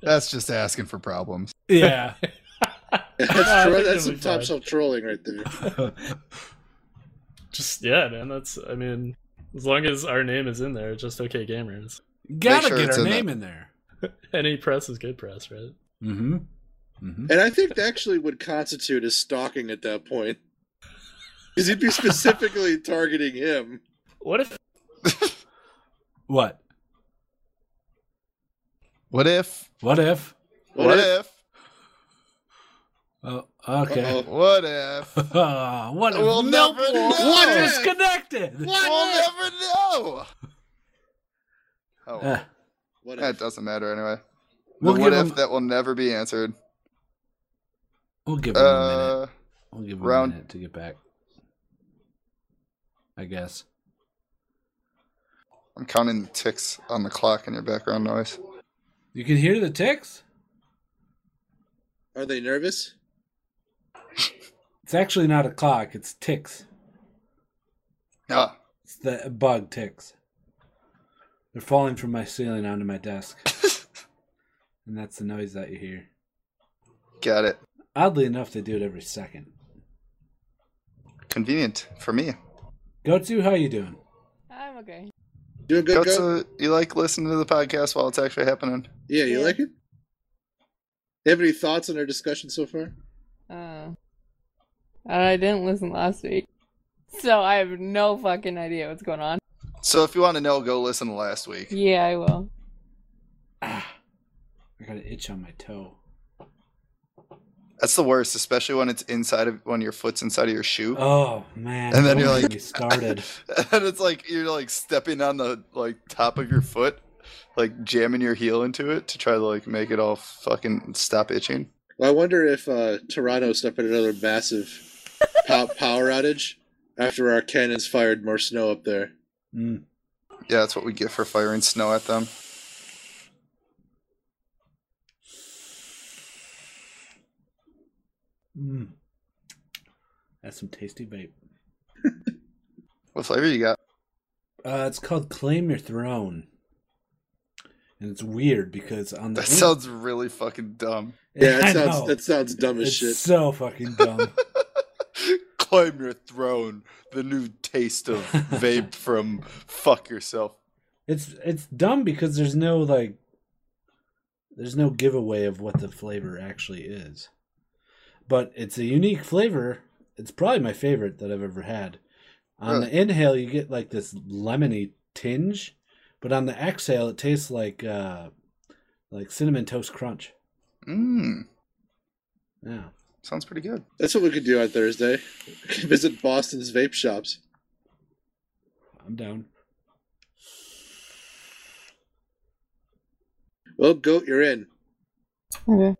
S6: That's just asking for problems.
S1: (laughs) yeah.
S3: That's,
S5: I
S3: tro-
S5: think
S3: that's
S5: it'll
S3: some
S5: be
S3: top
S5: fine.
S3: shelf trolling right there.
S5: Just yeah, man. That's I mean, as long as our name is in there, just okay gamers.
S1: Gotta
S4: sure
S1: get
S4: it's
S1: our
S4: in
S1: name in there.
S5: Any press is good press, right?
S1: Mm-hmm. Mm-hmm.
S3: And I think that actually would constitute as stalking at that point. Because he'd be specifically targeting him.
S5: What if
S1: What?
S6: What if?
S1: What if?
S4: What,
S3: What
S4: if?
S1: Oh, okay. (laughs) Oh,
S3: Uh-oh.
S4: What if?
S1: what if
S4: We'll
S1: Milk (laughs)
S4: never
S1: War
S4: know.
S1: was disconnected?
S4: We'll never know. Oh, well,
S1: Uh,
S3: What
S4: that
S3: if?
S4: doesn't matter anyway.
S1: We'll
S4: the what
S1: give
S4: if
S1: him-
S4: that will never be answered.
S1: we'll give him a minute.
S4: Uh,
S1: We'll give him
S4: round-
S1: a minute to get back. I guess.
S4: I'm counting the ticks on the clock in your background noise.
S1: You can hear the ticks?
S3: Are they nervous?
S1: It's actually not a clock, it's ticks.
S4: Ah,
S1: It's the bug ticks. They're falling from my ceiling onto my
S4: (laughs)
S1: desk. and that's the noise that you hear.
S4: got it.
S1: Oddly enough, they do it every second.
S4: Convenient for me.
S1: Go to how you doing?
S7: I'm okay.
S3: Doing good,
S4: That's
S3: go?
S4: a, you like listening to the podcast while it's actually happening?
S3: Yeah, you
S7: Yeah.
S3: like it? You have any thoughts on our discussion so far?
S7: Uh, I didn't listen last week, so I have no fucking idea what's going on.
S4: So if you want to know, go listen to last week.
S7: Yeah, I will.
S1: Ah, I got an itch on my toe.
S4: That's the worst, especially when it's inside of when your foot's inside of your shoe.
S1: Oh man!
S4: And then
S1: don't
S4: you're
S1: get
S4: like-
S1: me
S4: (laughs)
S1: started.
S4: and it's like you're like stepping on the like top of your foot, like jamming your heel into it to try to like make it all fucking stop itching.
S3: Well, I wonder if uh, Toronto suffered another massive
S1: (laughs)
S3: pow- power outage after our cannons fired more snow up there.
S1: Mm.
S4: Yeah, that's what we get for firing snow at them.
S1: Mm. That's some tasty vape.
S4: What flavor you got?
S1: Uh, it's called Claim Your Throne, and it's weird because on the
S4: That
S1: (laughs)
S4: sounds really fucking dumb. (laughs)
S3: Yeah,
S1: I
S3: that
S1: know.
S3: sounds that sounds dumb as
S1: it's
S3: shit.
S1: so fucking dumb.
S3: (laughs)
S4: Climb your throne, the new taste of vape from fuck yourself.
S1: it's it's dumb because there's no like, there's no giveaway of what the flavor actually is, but it's a unique flavor. It's probably my favorite that I've ever had. On
S4: Really?
S1: the inhale, you get like this lemony tinge, but on the exhale, it tastes like uh, like cinnamon toast crunch.
S4: Mmm,
S1: Yeah.
S4: sounds pretty good.
S3: That's what we could do on Thursday. (laughs) Visit Boston's vape shops.
S1: I'm down.
S3: Well, goat, you're in.
S7: Okay.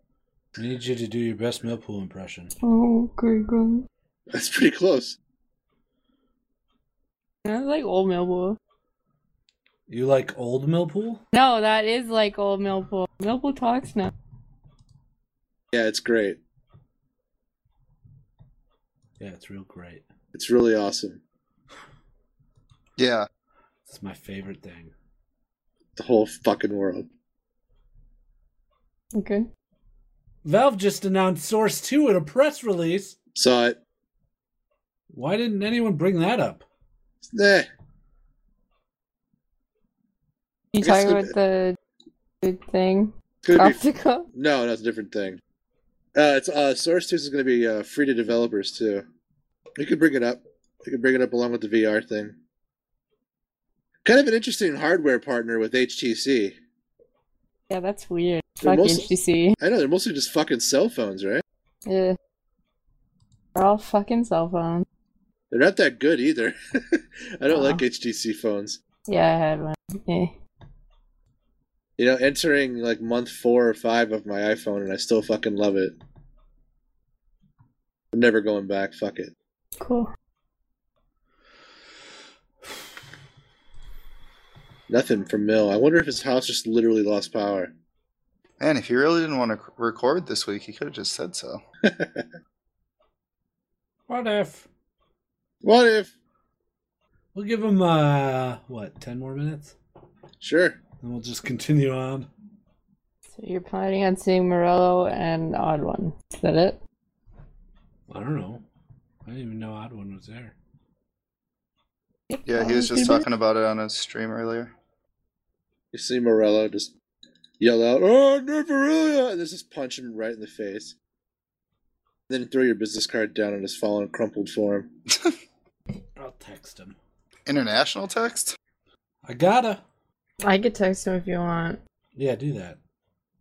S1: I need you to do your best Millpool impression.
S7: Oh, good, good.
S3: That's pretty close.
S7: That's like old Millpool.
S1: You like old Millpool?
S7: No, that is like old Millpool. Millpool talks now.
S3: Yeah, it's great.
S1: Yeah, it's real great.
S3: It's really awesome.
S4: Yeah,
S1: It's my favorite thing.
S3: The whole fucking world.
S7: Okay.
S1: Valve just announced Source 2 in a press release.
S3: Saw it.
S1: Why didn't anyone bring that up?
S3: Nah.
S7: You
S3: I guess
S7: talking about the good thing?
S3: Could be.
S7: Optical?
S3: No, that's a different thing. Uh, it's uh, Source Two is going to be uh, free to developers too. We could bring it up. We could bring it up along with the VR thing. Kind of an interesting hardware partner with HTC.
S7: Yeah, that's weird.
S3: They're
S7: Fuck
S3: most-
S7: HTC.
S3: I know they're mostly just fucking cell phones, right?
S7: Yeah. They're all fucking cell phones.
S3: They're not that good either. (laughs) I don't
S7: Uh-huh.
S3: like HTC phones.
S7: Yeah, I had one. Yeah.
S3: You know, entering like month four or five of my iPhone, and I still fucking love it. I'm never going back. Fuck it.
S7: Cool.
S3: Nothing from Mill. I wonder if his house just literally lost power.
S4: Man, if he really didn't want to c- record this week, he could have just said so.
S1: What if?
S3: What if?
S1: We'll give him, uh, what, 10 more minutes?
S3: Sure.
S1: And we'll just continue on.
S7: So you're planning on seeing Morello and Odd One. Is that it?
S1: I don't know. I didn't even know Odd One was there.
S4: Yeah, he was just talking about it on a stream earlier.
S3: You see Morello just yell out, "Oh, Nervarulia!" and just punch him right in the face. Then throw your business card down on his fallen, crumpled form.
S1: I'll text him.
S4: International text?
S1: I gotta.
S7: I could text him if you want.
S1: Yeah, do that.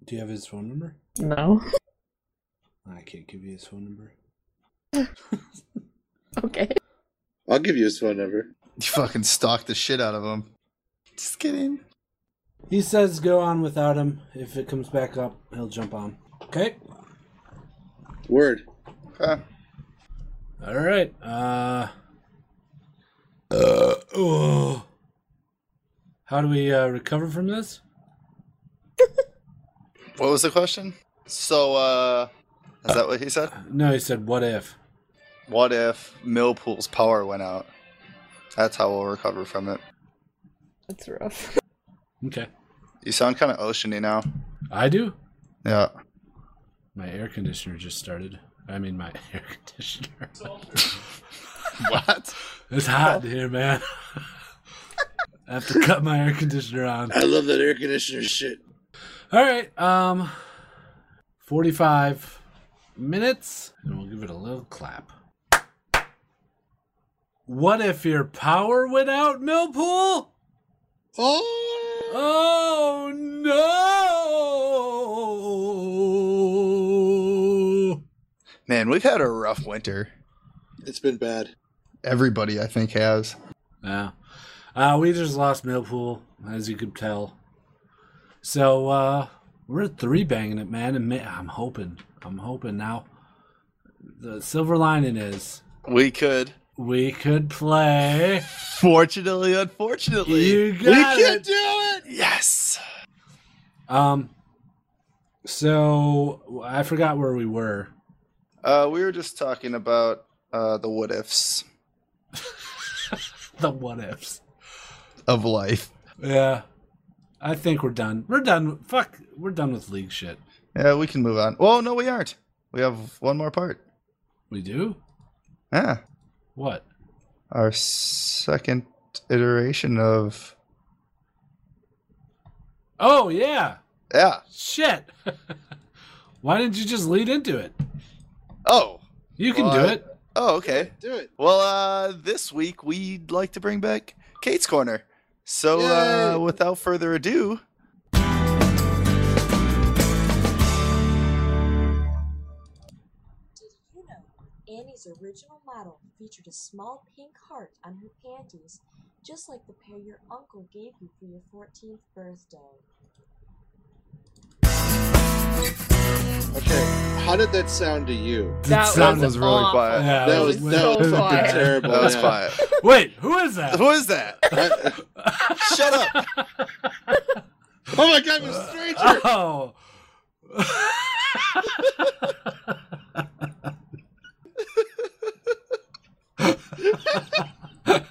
S1: Do you have his phone number?
S7: No.
S1: I can't give you his phone number.
S7: (laughs) Okay.
S3: I'll give you his phone number.
S6: You fucking stalked the shit out of him. Just kidding.
S1: He says go on without him. If it comes back up, he'll jump on. Okay.
S3: Word.
S4: Okay.
S1: All right. Uh. Uh. Oh. How do we uh, recover from this?
S4: What was the question? So, uh, is that what he said?
S1: No, he said, "What if?"
S4: What if Millpool's power went out? That's how we'll recover from it.
S7: That's rough.
S1: Okay.
S4: You sound kind of oceany now.
S1: I do.
S4: Yeah.
S1: My air conditioner just started. I mean, my (laughs) air conditioner.
S4: (laughs) What?
S1: it's hot in here, man. (laughs) I have to cut my air conditioner on.
S3: I love that air conditioner shit.
S1: All right, um, 45 minutes, and we'll give it a little clap. What if your power went out, Millpool?
S3: Oh,
S1: Oh no!
S4: Man, we've had a rough winter.
S3: it's been bad.
S6: Everybody, I think, has.
S1: Yeah. Uh, we just lost Millpool, as you could tell. So uh, we're three banging it, man. And ma- I'm hoping, I'm hoping now. The silver lining is
S4: We could.
S1: we could play.
S4: Fortunately, unfortunately.
S1: You got
S3: we can't
S1: it.
S3: do it.
S4: Yes.
S1: Um. So I forgot where we were. (laughs)
S4: Uh, we were just talking about uh, the what ifs.
S1: The what ifs.
S6: Of life.
S1: Yeah. I think we're done. We're done. Fuck. We're done with league shit.
S4: Yeah, we can move on. Well, no, we aren't. We have one more part.
S1: We do
S4: Yeah.
S1: what?
S4: Our second iteration of.
S1: Oh yeah.
S4: Yeah.
S1: Shit. (laughs) Why didn't you just lead into it?
S4: Oh.
S1: You can
S4: Well,
S1: do
S4: I-
S1: it.
S4: Oh, okay.
S3: Do it.
S4: Well, uh, this week we'd like to bring back Kate's Corner. So,
S3: Yay.
S4: uh, without further
S1: (laughs)
S4: ado,
S8: Did you know Annie's original model featured a small pink heart on her panties, just like the pair your uncle gave you for your 14th birthday?
S3: Okay. How did that sound to you?
S1: That
S4: that was really
S7: awful.
S4: quiet.
S1: Yeah,
S3: That was
S7: was
S3: that was
S1: (laughs)
S3: fucking
S7: so quiet.
S3: terrible.
S4: That was
S3: yeah.
S4: quiet.
S1: Wait, who is that? (laughs)
S4: Who is that?
S3: I-
S4: Shut up.
S3: oh my god, I'm a stranger.
S1: Oh. (laughs)
S3: (laughs)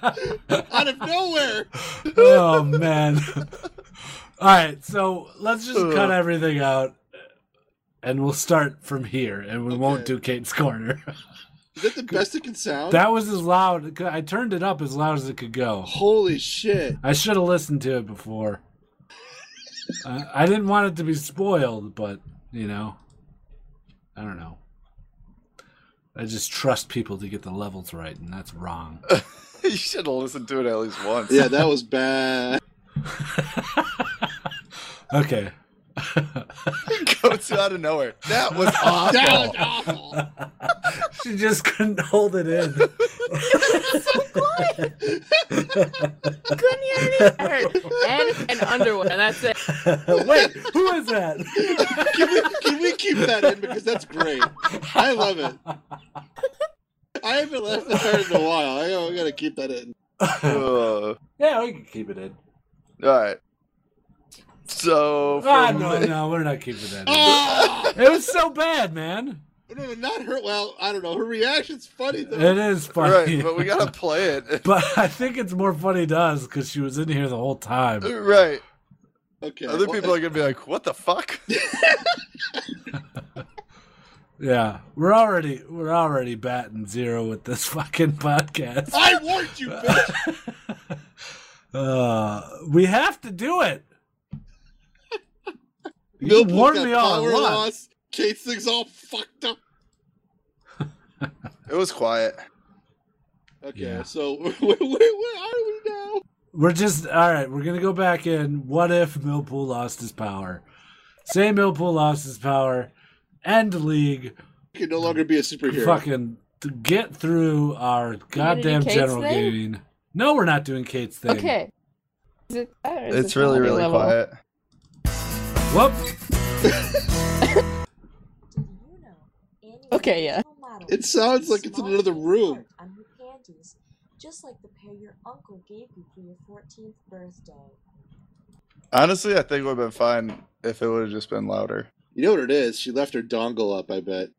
S3: Out of nowhere.
S1: oh man. (laughs) All right, so let's just cut everything out and we'll start from here and we won't
S3: Okay.
S1: do Kate's corner. (laughs)
S3: Is that the best it can sound?
S1: that was as loud I turned it up as loud as it could go.
S3: Holy shit.
S1: I should have listened to it before. I, I didn't want it to be spoiled, but you know, I I don't know. I just trust people to get the levels right, and that's
S3: (laughs)
S1: wrong.
S4: (laughs) you should have listened to it at least once. (laughs)
S3: Yeah, that was bad.
S1: Okay. (laughs)
S4: goes out of nowhere. That
S1: (laughs)
S4: was awesome.
S1: she just couldn't hold it in.
S7: Couldn't hear
S4: (laughs)
S7: anything. And an underwear. That's it.
S1: (laughs) Wait, who is that? (laughs)
S3: Can we, can we keep that in because that's great. I love it. I haven't laughed that hard in a while. I gotta, I gotta keep that in.
S4: Ugh.
S1: Yeah, we can keep it in.
S4: all right. So for
S1: Ah, no,
S4: me-
S1: no, we're not keeping that
S3: (laughs)
S1: in.
S4: Ah!
S3: Oh!
S1: It was so bad, man.
S3: No, no, not her. Well, I don't know. Her reaction's funny though.
S1: It is funny.
S4: right, but we gotta play
S1: (laughs)
S4: it. (laughs)
S1: But I think it's more funny to us because she was in here the whole time.
S4: right.
S3: Okay.
S4: Other
S3: well,
S4: people are gonna be like, "What the fuck?"
S1: Yeah, we're already we're already batting zero with this (laughs) fucking podcast.
S3: I warned you, bitch.
S1: Uh, we have to do
S3: (laughs)
S1: it. (laughs) You
S3: Bill
S1: warned
S3: got
S1: me all
S3: power
S1: along.
S3: loss. Kate's thing's all fucked up.
S4: It was quiet.
S3: Okay,
S1: Yeah.
S3: so (laughs) where, where, where are we now?
S1: We're just all right. We're gonna go back in. What if Millpool lost his power? Say Millpool lost his power. End league.
S3: You can no longer be a superhero.
S1: Fucking to get through our goddamn
S7: Kate's
S1: general
S7: thing?
S1: gaming. No, we're not doing Kate's thing.
S7: Okay. Is it that or is
S4: It's
S7: it
S4: really,
S7: the
S4: really
S7: level?
S4: quiet.
S1: Whoop.
S8: Did you know Annie's
S7: Okay, yeah.
S8: original model
S3: It sounds
S8: featured
S3: like it's
S8: a
S3: in
S8: small
S3: another
S8: pink
S3: room.
S8: heart On her panties, just like the pair your uncle gave you for your 14th birthday.
S4: Honestly, I think it would have been fine if it would have just been louder.
S3: You know what it is? She left her dongle up. I bet. Her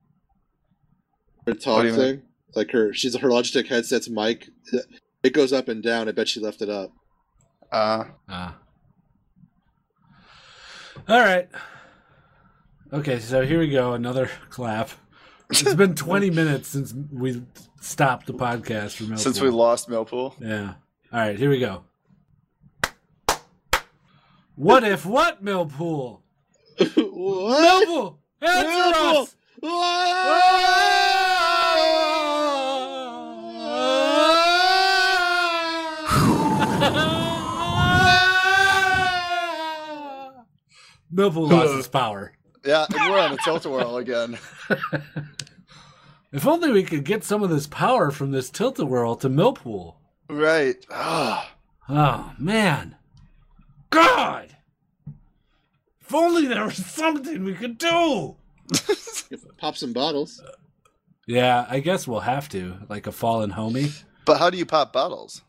S4: What
S3: talk
S4: do you
S3: thing, like her, she's her Logitech headset's mic. It goes up and down. I bet she left it up. (laughs)
S4: Uh,
S1: Ah. All right. Okay, so here we go. Another clap. It's been 20 minutes since we stopped the podcast for Millpool.
S4: since we lost Millpool,
S1: Yeah. All right, here we go. What if what, Millpool?
S3: what?
S1: Millpool! Answer
S3: Millpool!
S1: us! Millpool lost his power.
S4: yeah, and we're on a tilt a whirl
S3: (laughs)
S4: again.
S1: If only we could get some of this power from this tilt-a-whirl to Millpool.
S4: Right. Ah.
S1: Oh man, God! If only there was something we could do.
S3: Pop some bottles.
S4: (laughs)
S1: Yeah, I guess we'll have to, like a fallen homie.
S4: But how do you pop bottles?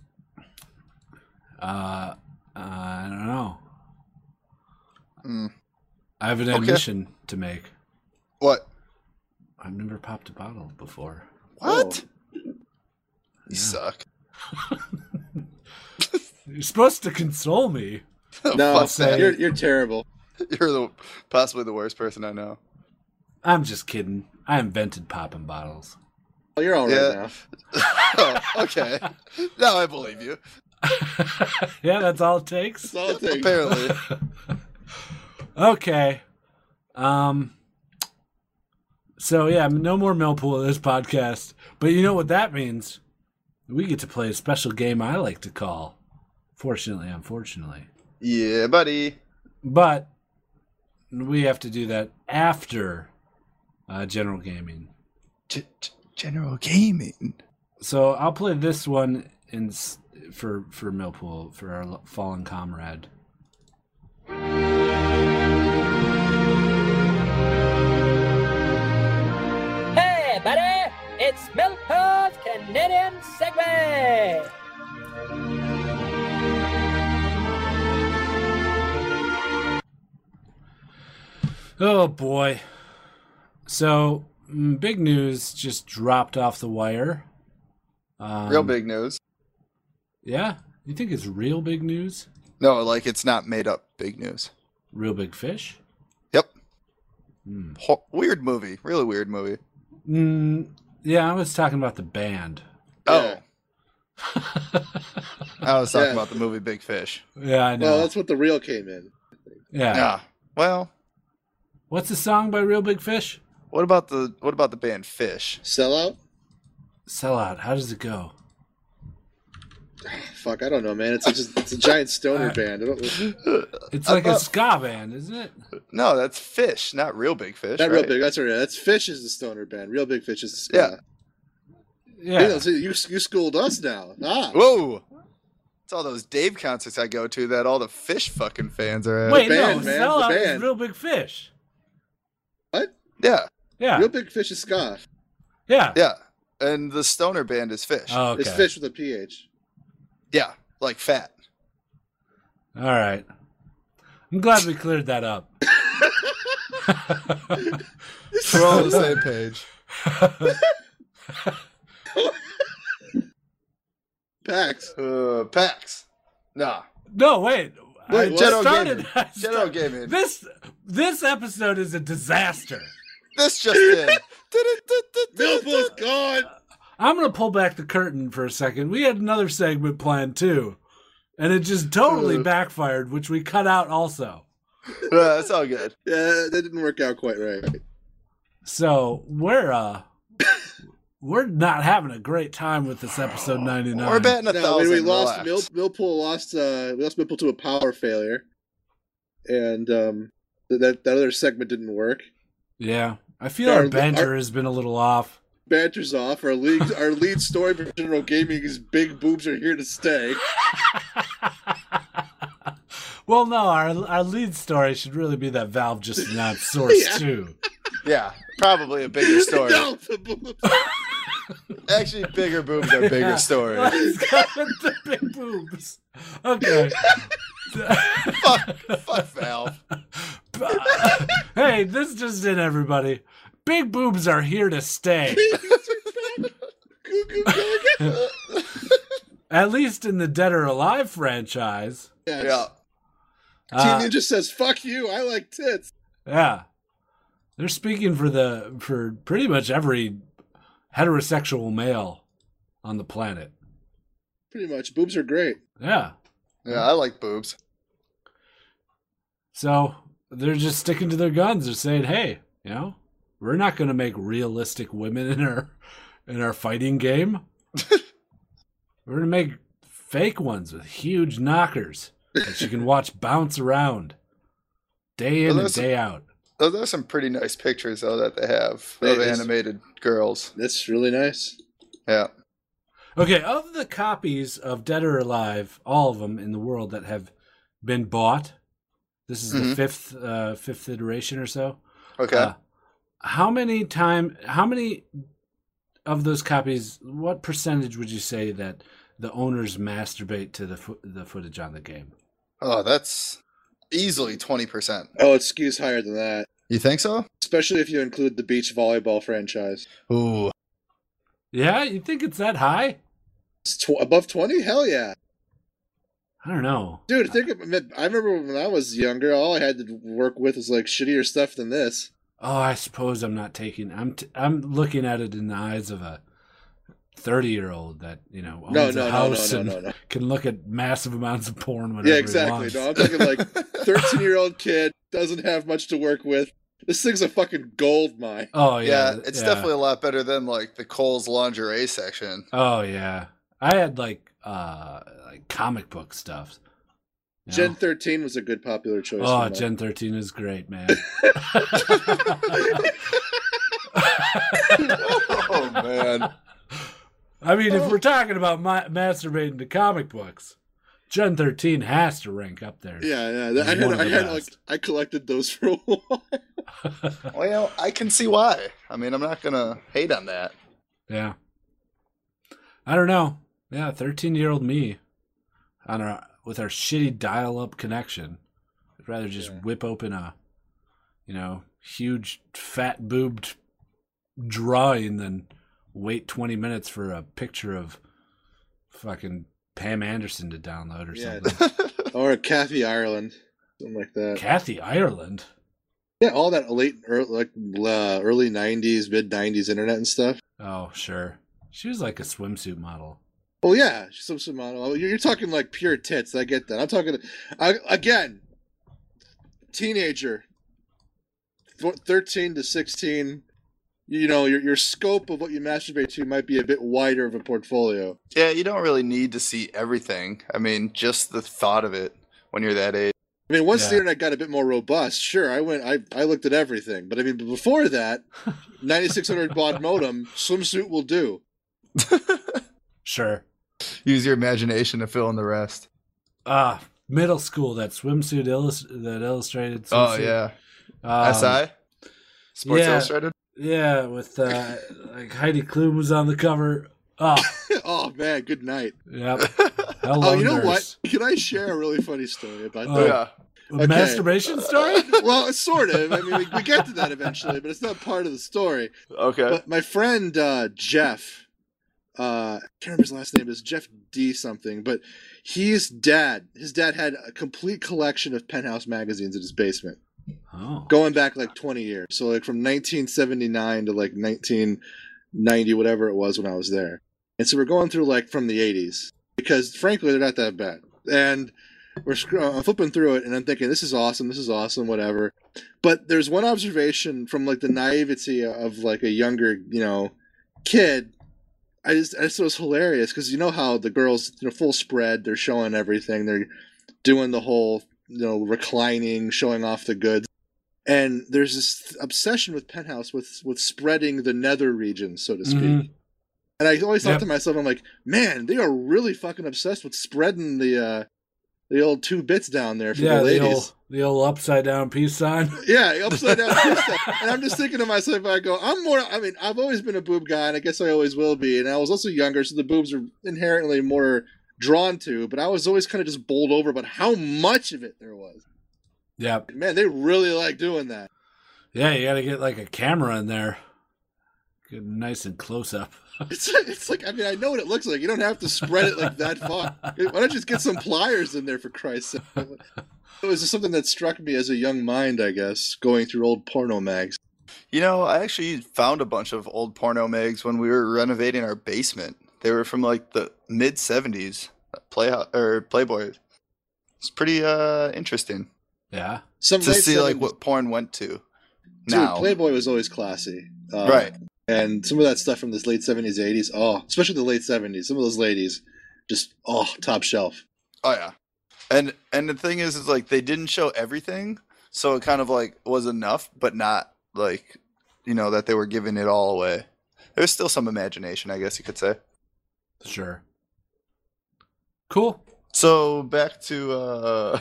S1: Uh, uh I don't know.
S4: Hmm.
S1: I have an
S4: Okay.
S1: admission to make.
S4: What?
S1: I've never popped a bottle before.
S4: What? You suck. (laughs)
S1: You're supposed to console me.
S3: No,
S4: Fuck that.
S3: you're you're terrible.
S4: You're the possibly the worst person I know.
S1: I'm just kidding. I invented popping bottles. (laughs)
S3: Well, you're all right
S4: Yeah.
S3: now.
S4: oh, okay. (laughs) Now I believe you.
S1: yeah, that's all it takes.
S3: That's all it takes.
S4: Apparently.
S1: Okay. Um so yeah, no more Millpool in this podcast. But you know what that means? We get to play a special game I like to call Fortunately, unfortunately.
S4: Yeah, buddy.
S1: But we have to do that after uh, general gaming.
S4: G- G- General Gaming.
S1: So I'll play this one in s- for for Millpool for our fallen comrade.
S9: Hey, buddy! It's Milpool's Canadian Segway!
S1: Oh boy. So, mm, big news just dropped off the wire. Um,
S4: Real big news.
S1: Yeah. You think it's real big news?
S4: No, like it's not made up big news.
S1: Real big fish?
S4: Yep.
S1: Hmm.
S4: Ho- weird movie. Really weird movie.
S1: Mm, yeah, I was talking about the band. (laughs)
S4: Oh.
S3: Yeah.
S4: I was talking
S3: Yeah.
S4: about the movie Big Fish.
S1: Yeah, I know.
S3: Well, that's what the reel came in.
S1: yeah.
S4: Yeah. Well,
S1: What's the song by Real Big Fish?
S4: What about the what about the band Fish?
S3: Sellout?
S1: Sellout. How does it go?
S3: Fuck, I don't know, man. It's just it's a
S4: (laughs)
S3: giant stoner band. I don't,
S1: It's
S4: I
S1: like
S3: Uh,
S1: a
S4: thought-
S1: ska band, isn't it?
S4: No, that's Fish, not Real Big Fish.
S3: not real
S4: right?
S3: big. That's all right. That's Fish is the stoner band. Real big Fish is the
S4: Yeah.
S1: Yeah.
S3: You, know, so you you schooled us now. Ah,
S4: Whoa! It's all those Dave concerts I go to that all the Fish fucking fans are at.
S1: Wait, no,
S3: band, man, the
S1: Sellout is
S3: band.
S1: Real Big Fish.
S4: Yeah,
S1: Yeah.
S3: real big Fish is ska.
S1: yeah.
S4: yeah. And the Stoner band is Fish.
S1: Oh, okay.
S3: It's Fish with a PH.
S4: Yeah, like fat.
S1: All right. I'm glad we cleared that up.
S6: We're all on the
S4: (laughs)
S6: same page.
S4: (laughs)
S3: Pax.
S4: Uh, Pax. Nah.
S1: no, wait. I
S4: Wait,
S1: just
S4: Jeno
S1: started.
S4: Gaming.
S1: (laughs) I
S4: Jeno
S1: start-
S4: Gaming.
S1: This this episode is a disaster.
S4: This just
S1: (laughs)
S4: in.
S3: Millpool's gone.
S1: I'm gonna pull back the curtain for a second. We had another segment planned too, and it just
S3: Uh.
S1: totally backfired, which we cut out also.
S4: Nah, it's all good.
S3: Yeah, that didn't work out quite right.
S1: So we're uh we're not having a great time with this episode 99.
S4: We're batting a
S3: No,
S4: thousand.
S3: we, we lost Mill,
S4: relax.
S3: Millpool lost uh, we lost Millpool to a power failure, and um, th- that that other segment didn't work.
S1: Yeah, I feel
S3: Our-
S1: our banter has been a little off. (laughs)
S3: Banter's off. Our
S4: (laughs)
S3: lead our lead story for General Gaming is big boobs are here
S4: (laughs)
S3: to stay.
S1: well, no, our our lead story should really be that Valve just announced Source
S3: Yeah.
S1: Two.
S4: Yeah, probably a
S1: (laughs)
S4: bigger story.
S3: (laughs) no, the boobs.
S4: Actually, bigger boobs are
S1: (laughs)
S4: bigger
S1: Yeah.
S4: story.
S1: Let's go with the big boobs. Okay. (laughs)
S4: fuck, fuck Valve.
S1: hey, this just in, everybody. Big boobs are here to stay.
S3: Goo, goo, goo,
S4: (laughs)
S3: goo.
S1: At least in the Dead or Alive franchise.
S3: Yes.
S4: Yeah.
S1: Uh,
S3: Teen Ninja says, "Fuck you. I like tits."
S1: Yeah. They're speaking for the for pretty much every heterosexual male on the planet.
S3: Pretty much, boobs are great.
S1: Yeah.
S4: Yeah, I like boobs.
S1: So they're just sticking to their guns. They're saying, "Hey, you know, we're not going to make realistic women in our in our fighting
S4: (laughs)
S1: game. we're going to make fake ones with huge knockers that you can watch bounce around day in
S4: Well,
S1: and
S4: that's-
S1: day out."
S4: Those are some pretty nice pictures though that they have
S3: They
S4: of
S3: just-
S4: animated girls.
S3: That's really nice.
S4: Yeah.
S1: Okay, of the copies of Dead or Alive, all of them in the world that have been bought, this is the
S3: Mm-hmm.
S4: Mhm.
S1: fifth uh, fifth iteration or so.
S4: Okay.
S1: Uh, how many time? How many of those copies? What percentage would you say that the owners masturbate to the fo- the footage on the game?
S4: oh, that's easily twenty percent.
S3: Oh, it skews higher than that,
S4: You think so?
S3: especially if you include the beach volleyball franchise.
S4: (laughs) Ooh.
S1: Yeah, you think it's that high?
S3: It's tw- above twenty. Hell yeah.
S1: I don't know.
S3: Dude, think of, I remember when I was younger, all I had to work with was like shittier stuff than this.
S1: Oh, I suppose I'm not taking. I'm t- I'm looking at it in the eyes of a thirty year old that you know owns
S3: No,
S1: a
S3: no, no, no,
S1: house
S3: no,
S1: and
S3: no, no.
S1: can look at massive amounts of porn whenever
S3: Yeah,
S1: he
S3: exactly.
S1: wants.
S3: No, I'm
S1: (laughs)
S4: (laughs)
S3: talking like 13 year old kid doesn't have much to work with. This thing's a fucking gold mine.
S1: Oh
S4: Yeah,
S1: yeah,
S4: it's
S1: yeah.
S4: definitely a lot better than like the Cole's lingerie section.
S1: Oh yeah, I had like uh like comic book stuff. you know?
S3: Gen 13 was a good popular choice. for
S1: Oh,
S3: mine.
S1: Gen 13 is great,
S3: (laughs)
S1: man. (laughs)
S4: oh man.
S1: I mean, if we're talking about ma- masturbating to comic books, Gen 13 has to rank up there.
S3: Yeah, yeah.
S1: This
S3: I
S1: is
S3: had,
S1: one of
S3: I
S1: the
S3: had like,
S1: best.
S3: I collected those for a (laughs) while.
S4: (laughs) Well, I can see why. I mean, I'm not gonna hate on that. (laughs)
S1: Yeah. I don't know. Yeah, 13 year old me on our with our shitty dial up connection. I'd rather just whip open a you know, huge fat boobed drawing than wait 20 minutes for a picture of fucking Pam Anderson to download or
S3: Yeah.
S1: something.
S3: or Kathy Ireland. Something like that.
S1: Kathy Ireland.
S3: yeah, all that late, early, like uh, early 90s, mid 90s internet and stuff.
S1: Oh, sure. She was like a swimsuit model.
S3: Well, Oh, yeah, she's some some model. You're, you're talking like pure tits. I get that. I'm talking I, again, teenager, thir- thirteen to sixteen, you know your your scope of what you masturbate to might be a bit wider of a portfolio.
S4: Yeah, you don't really need to see everything. I mean, just the thought of it when you're that age.
S3: I mean, once the
S1: Yeah.
S3: internet got a bit more robust, sure, I went, I, I looked at everything. But I mean, before that,
S1: (laughs)
S3: 9600 baud modem swimsuit will do. (laughs)
S1: Sure.
S6: Use your imagination to fill in the rest.
S1: Ah, middle school that swimsuit illus- that illustrated.
S4: Oh
S1: Swimsuit.
S4: yeah,
S1: Um,
S4: SI Sports
S1: yeah.
S4: Illustrated. (laughs)
S1: Yeah, with uh, like Heidi Klum was on the cover. Oh,
S3: oh man, good night.
S1: yep.
S3: (laughs) Oh, you know what? Can I share a really funny story about
S1: Oh.
S4: Yeah,
S1: what? A
S3: Okay.
S1: masturbation story?
S3: that? well, sort of. I mean, we, we get to that eventually, but it's not part of the story.
S4: okay.
S3: But my friend uh, Jeff, uh, I can't remember his last name, is Jeff D something, but his dad, his dad had a complete collection of Penthouse magazines in his basement,
S1: Oh.
S3: going back like 20 years. So like from 1979 to like 1990, whatever it was when I was there. And so we're going through like from the 80s because frankly they're not that bad. And we're sc- I'm flipping through it and I'm thinking this is awesome, this is awesome, whatever. But there's one observation from like the naivety of like a younger, you know, kid. I just I just thought it was hilarious because you know how the girls, you know, full spread, they're showing everything, they're doing the whole, you know, reclining, showing off the goods. And there's this obsession with Penthouse with with spreading the nether region, so to speak.
S1: Mhm.
S3: And I always thought
S1: Yep.
S3: to myself, I'm like, man, they are really fucking obsessed with spreading the uh the old two bits down there for
S1: Yeah,
S3: the
S1: the
S3: ladies.
S1: old, the old upside down peace sign. (laughs)
S3: Yeah, upside down two step. And I'm just thinking to myself, I go, I'm more. I mean, I've always been a boob guy, and I guess I always will be. And I was also younger, so the boobs are inherently more drawn to. But I was always kind of just bowled over about how much of it there was.
S1: Yep.
S3: Man, they really like doing that.
S1: Yeah, you got to get like a camera in there. Good, nice and close up.
S3: It's like, it's like I mean, I know what it looks like. You don't have to spread it like that far. Why don't you just get some pliers in there for Christ's sake? It was just something that struck me as a young mind, I guess, going through old porno mags.
S4: You know, I actually found a bunch of old porno mags when we were renovating our basement. They were from like the mid '70s, Play or Playboy. It's pretty uh interesting
S1: Yeah.
S3: Some
S4: to
S3: late
S4: see like
S3: 70s
S4: what porn went to.
S3: Dude,
S4: Now,
S3: Playboy was always classy. Uh,
S4: right?
S3: And some of that stuff from this late 70s, 80s, oh, especially the late 70s, some of those ladies, just, oh, top shelf.
S4: Oh yeah, and and the thing is, is like they didn't show everything, so it kind of like was enough, but not like you know that they were giving it all away. There's still some imagination, I guess you could say.
S1: Sure.
S3: (laughs)
S1: Cool. (laughs)
S4: So back to uh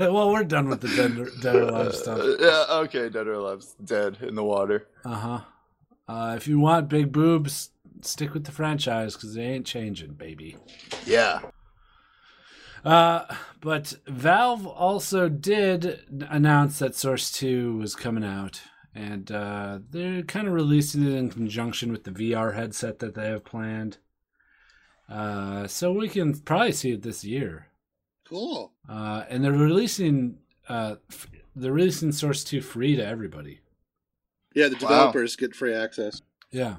S1: well, we're done with the Denver, Denver
S4: (laughs)
S1: Live stuff.
S4: yeah, okay, dead or alive, dead in the water.
S1: Uh-huh. Uh If you want big boobs, stick with the franchise because they ain't changing, baby.
S4: Yeah,
S1: Uh, but Valve also did announce that Source 2 was coming out. And uh, they're kind of releasing it in conjunction with the VR headset that they have planned. Uh, so we can probably see it this year.
S3: Cool.
S1: Uh, and they're releasing uh, f- they're releasing Source 2 free to everybody.
S3: Yeah, the
S4: Wow.
S3: developers get free access.
S1: Yeah.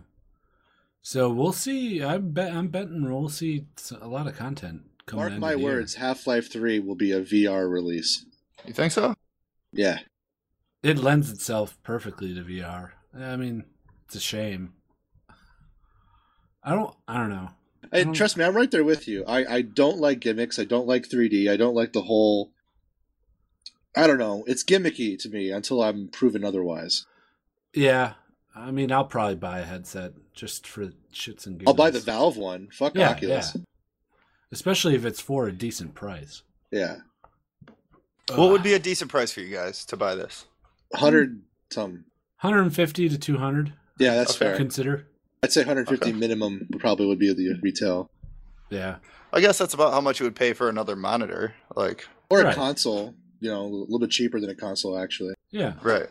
S1: So we'll see. I bet I'm betting we'll see s- a lot of content coming.
S3: Mark my words, Half Life 3 will be a VR release.
S4: you think so?
S3: Yeah.
S1: It lends itself perfectly to VR. I mean, it's a shame. I don't. I don't know.
S3: And
S1: Mm.
S3: trust me, I'm right there with you. I, I don't like gimmicks. I don't like 3D. I don't like the whole. I don't know. It's gimmicky to me until I'm proven otherwise.
S1: Yeah. I mean, I'll probably buy a headset just for shits and giggles.
S3: I'll buy the Valve one. Fuck
S1: Yeah,
S3: Oculus.
S1: especially if it's for a decent price.
S3: Yeah.
S4: What would be a decent price for you guys to buy this?
S3: 100 some.
S1: Uh, 150 to 200?
S3: Yeah, that's
S4: Okay.
S3: fair.
S1: Consider.
S3: I'd say 150
S4: Okay.
S3: minimum probably would be the retail
S1: Yeah.
S4: I guess that's about how much you would pay for another monitor. Like,
S3: or
S1: Right.
S3: a console. You know, a little bit cheaper than a console actually,
S1: Yeah.
S4: right?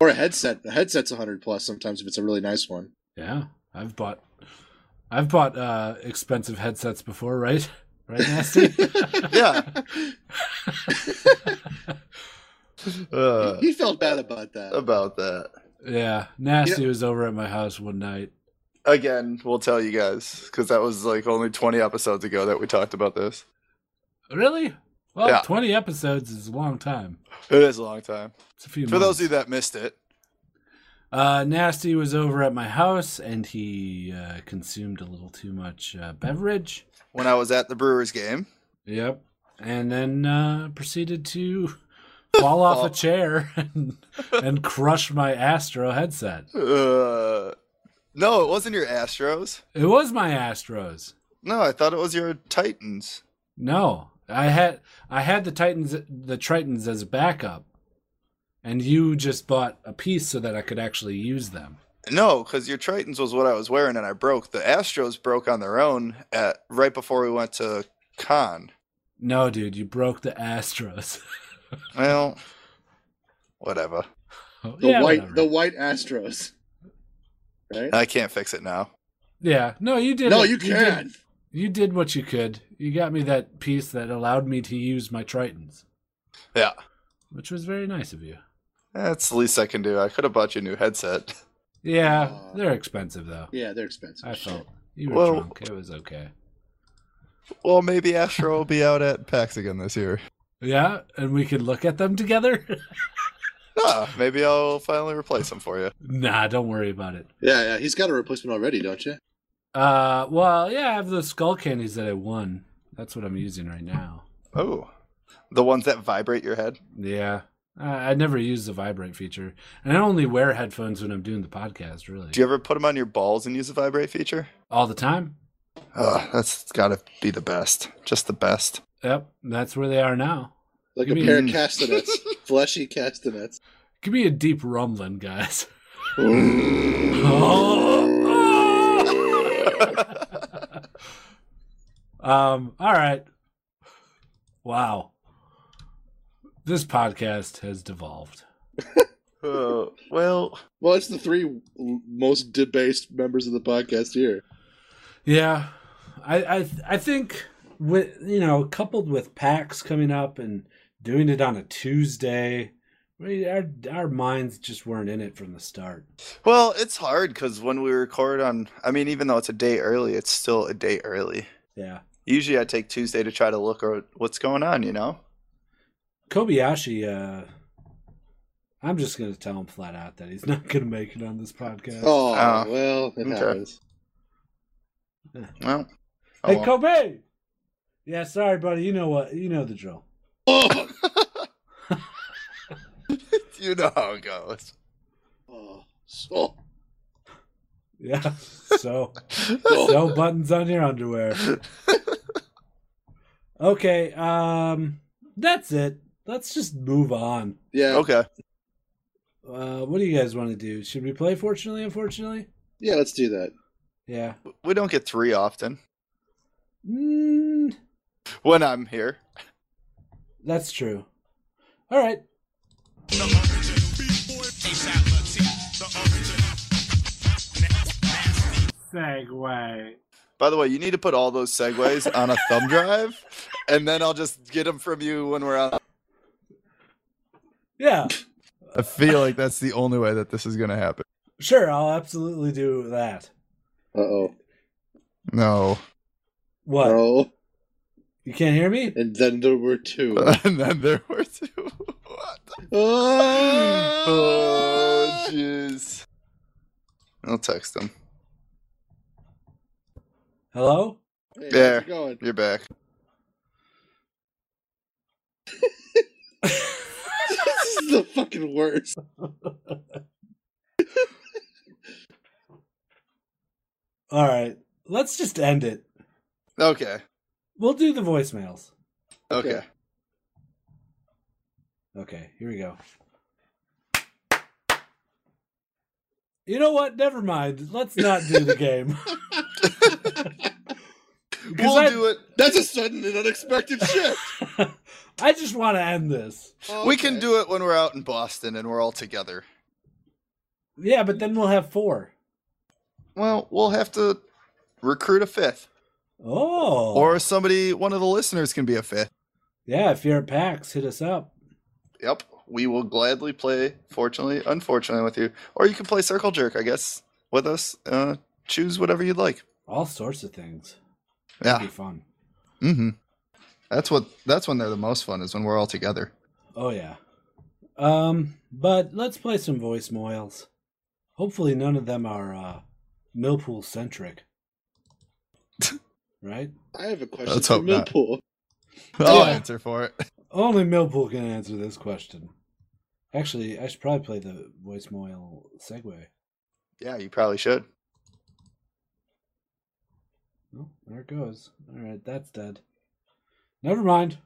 S3: or a headset. A headset's 100 plus sometimes if it's a really
S1: (laughs)
S3: nice one.
S1: Yeah, I've bought, I've bought uh, expensive headsets before, right? (laughs) Right,
S4: (laughs)
S1: nasty.
S4: Yeah. Uh,
S3: (laughs) he felt bad about that.
S4: about that.
S1: yeah, nasty was over at my house one night.
S4: Again, we'll tell you guys because that was like only 20 episodes ago that we talked about this.
S1: Really? Well,
S4: Yeah.
S1: 20 episodes is a long time.
S4: It is a long time.
S1: It's a few
S4: For those
S1: months.
S4: of you that missed it,
S1: Uh, Nasty was over at my house and he uh, consumed a little too much uh, beverage.
S4: when I was at the Brewers game,
S1: Yep. And then uh, proceeded to
S4: (laughs)
S1: fall off a chair (laughs) and, and crush my Astro headset.
S4: uh, no, it wasn't your Astros.
S1: It was my Astros.
S4: No, I thought it was your Titans.
S1: No, I had I had the Titans the Tritons as backup, and you just bought a piece so that I could actually use them.
S4: No, because your Tritons was what I was wearing, and I broke. The Astros broke on their own at right before we went to con.
S1: No, dude, you broke the Astros. (laughs)
S4: Well, whatever.
S3: The
S1: Yeah,
S3: white
S1: whatever.
S3: the white Astros. Right?
S4: I can't fix it now.
S1: yeah. No, you did.
S3: no,
S1: it.
S3: you
S1: did-
S3: can.
S1: you did what you could. You got me that piece that allowed me to use my Tritons,
S4: Yeah,
S1: which was very nice of you.
S4: that's the least I can do. I could have bought you a new headset.
S1: Yeah,
S3: Aw.
S1: they're expensive though.
S3: Uh, Yeah, they're expensive.
S1: I
S3: Shit.
S1: felt you were
S4: Well-
S1: drunk. It was okay.
S4: Well, maybe
S6: Astro
S4: Astro.
S6: will be out at PAX again this year.
S1: Yeah, and we could look at them together. (laughs)
S4: Ah, maybe I'll finally replace them for you.
S1: nah, don't worry about it.
S3: Yeah, yeah. He's got a replacement already, don't you?
S1: Uh, well, yeah, I have those skull candies that I won. That's what I'm using right now.
S4: Oh, the ones that vibrate your head.
S1: Yeah, I, I never use the vibrate feature, and I only wear headphones when I'm doing the podcast, really,
S4: Do you ever put them on your balls and use the vibrate feature?
S1: all the time.
S4: Oh, that's gotta be the best. Just the (laughs) best.
S1: Yep, that's where they are now.
S3: Like
S1: You
S3: a pair of
S1: mean- (laughs)
S3: castanets, fleshy castanets.
S1: Give me a deep rumbling, guys. (laughs)
S4: Mm.
S1: Um,
S4: Uh,
S1: Oh. um. All right. Wow. This podcast has devolved.
S4: Uh, well,
S3: Well, it's the three l- most debased members of the podcast here.
S1: Yeah, I I I think with you know coupled with PAX coming up and doing it on a Tuesday, we, our our minds just weren't in it from the start.
S4: well, it's hard because when we record on, I mean, even though it's a day early, it's still a day early.
S1: Yeah,
S4: Usually, I take Tuesday to try to look at what's going on. You know,
S1: Kobayashi. uh I'm just gonna tell him flat out that he's (laughs) not gonna make it on this podcast.
S3: Oh,
S4: Oh.
S3: well, it
S4: Okay.
S3: happens.
S4: well, oh
S1: hey,
S4: well.
S1: Kobe. Yeah, sorry, buddy. You know what? You know the drill.
S3: Oh, (laughs)
S4: you know how it goes.
S3: oh,
S1: (laughs)
S3: so
S1: Yeah. (laughs) So,
S3: Oh.
S1: no buttons on your underwear. Okay, um that's it. Let's just move on.
S3: yeah,
S4: okay,
S1: Uh what do you guys want to do? Should we play fortunately unfortunately?
S3: yeah. Let's do that.
S1: Yeah.
S4: we don't get three often
S1: Mm,
S4: when I'm here.
S1: that's true. All right. Segway.
S4: By the way, you need to put all those segues on a thumb drive, and then I'll just get them from you when we're on.
S1: Yeah,
S6: I feel like that's the only way that this is going to happen.
S1: sure. I'll absolutely do that.
S3: Uh oh.
S6: No.
S1: What?
S3: No.
S1: You can't hear me?
S3: And then there
S4: (laughs)
S3: were two.
S6: (laughs)
S3: Ah!
S6: and then there were two. What?
S4: (gasps) Oh, jeez. I'll text him.
S1: Hello? (laughs)
S3: Hey,
S4: There.
S3: how's it going? (laughs)
S4: You're back.
S3: this is the fucking worst.
S1: All right. Let's just end it.
S4: Okay.
S1: We'll do the voicemails.
S4: Okay.
S3: Okay.
S1: Okay, here we go. You know what? Never mind. Let's not do the game. (laughs)
S4: (laughs) We'll
S1: I-
S4: do it.
S3: That's a sudden and unexpected shift.
S1: (laughs) I just want to end this.
S4: We can do it when we're out in Boston and we're all together.
S1: Yeah, but then we'll have four.
S4: Well, we'll have to recruit a fifth,
S1: Oh.
S4: or somebody, one of the listeners, can be a fifth.
S1: yeah, if you're at PAX, hit us up.
S4: Yep. We will gladly play. Fortunately, unfortunately, with you, or you can play Circle Jerk, I guess, with us. Uh, choose whatever you'd like. Ah.
S1: All sorts of things. It'd
S4: Yeah.
S1: be fun.
S4: Mm-hmm.
S6: That's what. That's when they're the most fun is when we're all together.
S1: Oh yeah. Um, but let's play some voicemails. Hopefully none of them are uh Millpool
S4: (laughs)
S1: centric. right?
S3: I have a question
S6: Let's
S3: for
S6: hope not.
S3: Millpool.
S6: I'll
S3: Yeah.
S6: answer for it. (laughs)
S1: Only Millpool can answer this question. Actually, I should probably play the voicemail segue.
S4: Yeah, you probably should.
S1: Oh, there it goes. All right, that's dead. Never mind.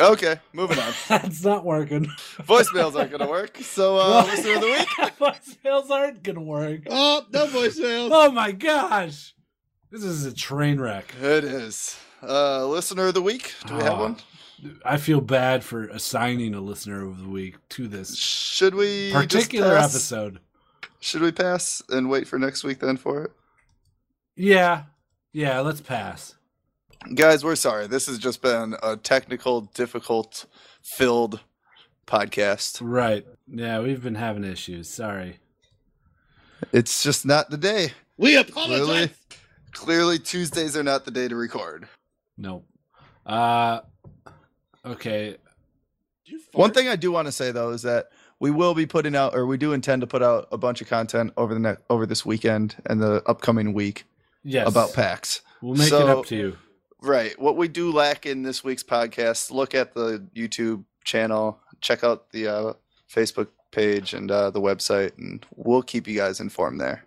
S4: Okay,
S6: (laughs)
S4: moving on.
S1: (laughs) That's not working.
S4: Voicemails aren't gonna work. So uh,
S1: Well-
S4: listener of
S1: (laughs)
S4: the week.
S1: Voicemails aren't gonna work.
S3: Oh,
S4: (laughs)
S3: no voicemail.
S1: Oh my gosh, this is a train wreck.
S4: It is. Uh, listener of the week. Do we have
S1: Ah.
S4: one?
S1: I feel bad for assigning a listener of the week to this
S4: Should we just
S1: particular
S4: pass?
S1: episode.
S4: Should we pass and wait for next week then for it?
S1: Yeah, yeah. Let's pass.
S4: Guys, we're sorry. This has just been a technical, difficult, filled podcast.
S1: Right. Yeah, we've been having issues. Sorry.
S6: It's just not the day.
S3: We apologize.
S6: Clearly, clearly Tuesdays are not the day to record.
S1: Nope. Uh. Okay.
S3: Did you fart?
S4: One
S6: One thing I do want to say though is that we will be putting out, or we do intend to put out a bunch of content over the next, over this weekend and the upcoming week
S1: Yes.
S6: about PAX.
S1: We'll make it
S4: So-
S1: up to you.
S4: Right. What we do lack in this week's podcast, look at the YouTube channel, check out the uh, Facebook page and uh, the website, and we'll keep you guys informed there.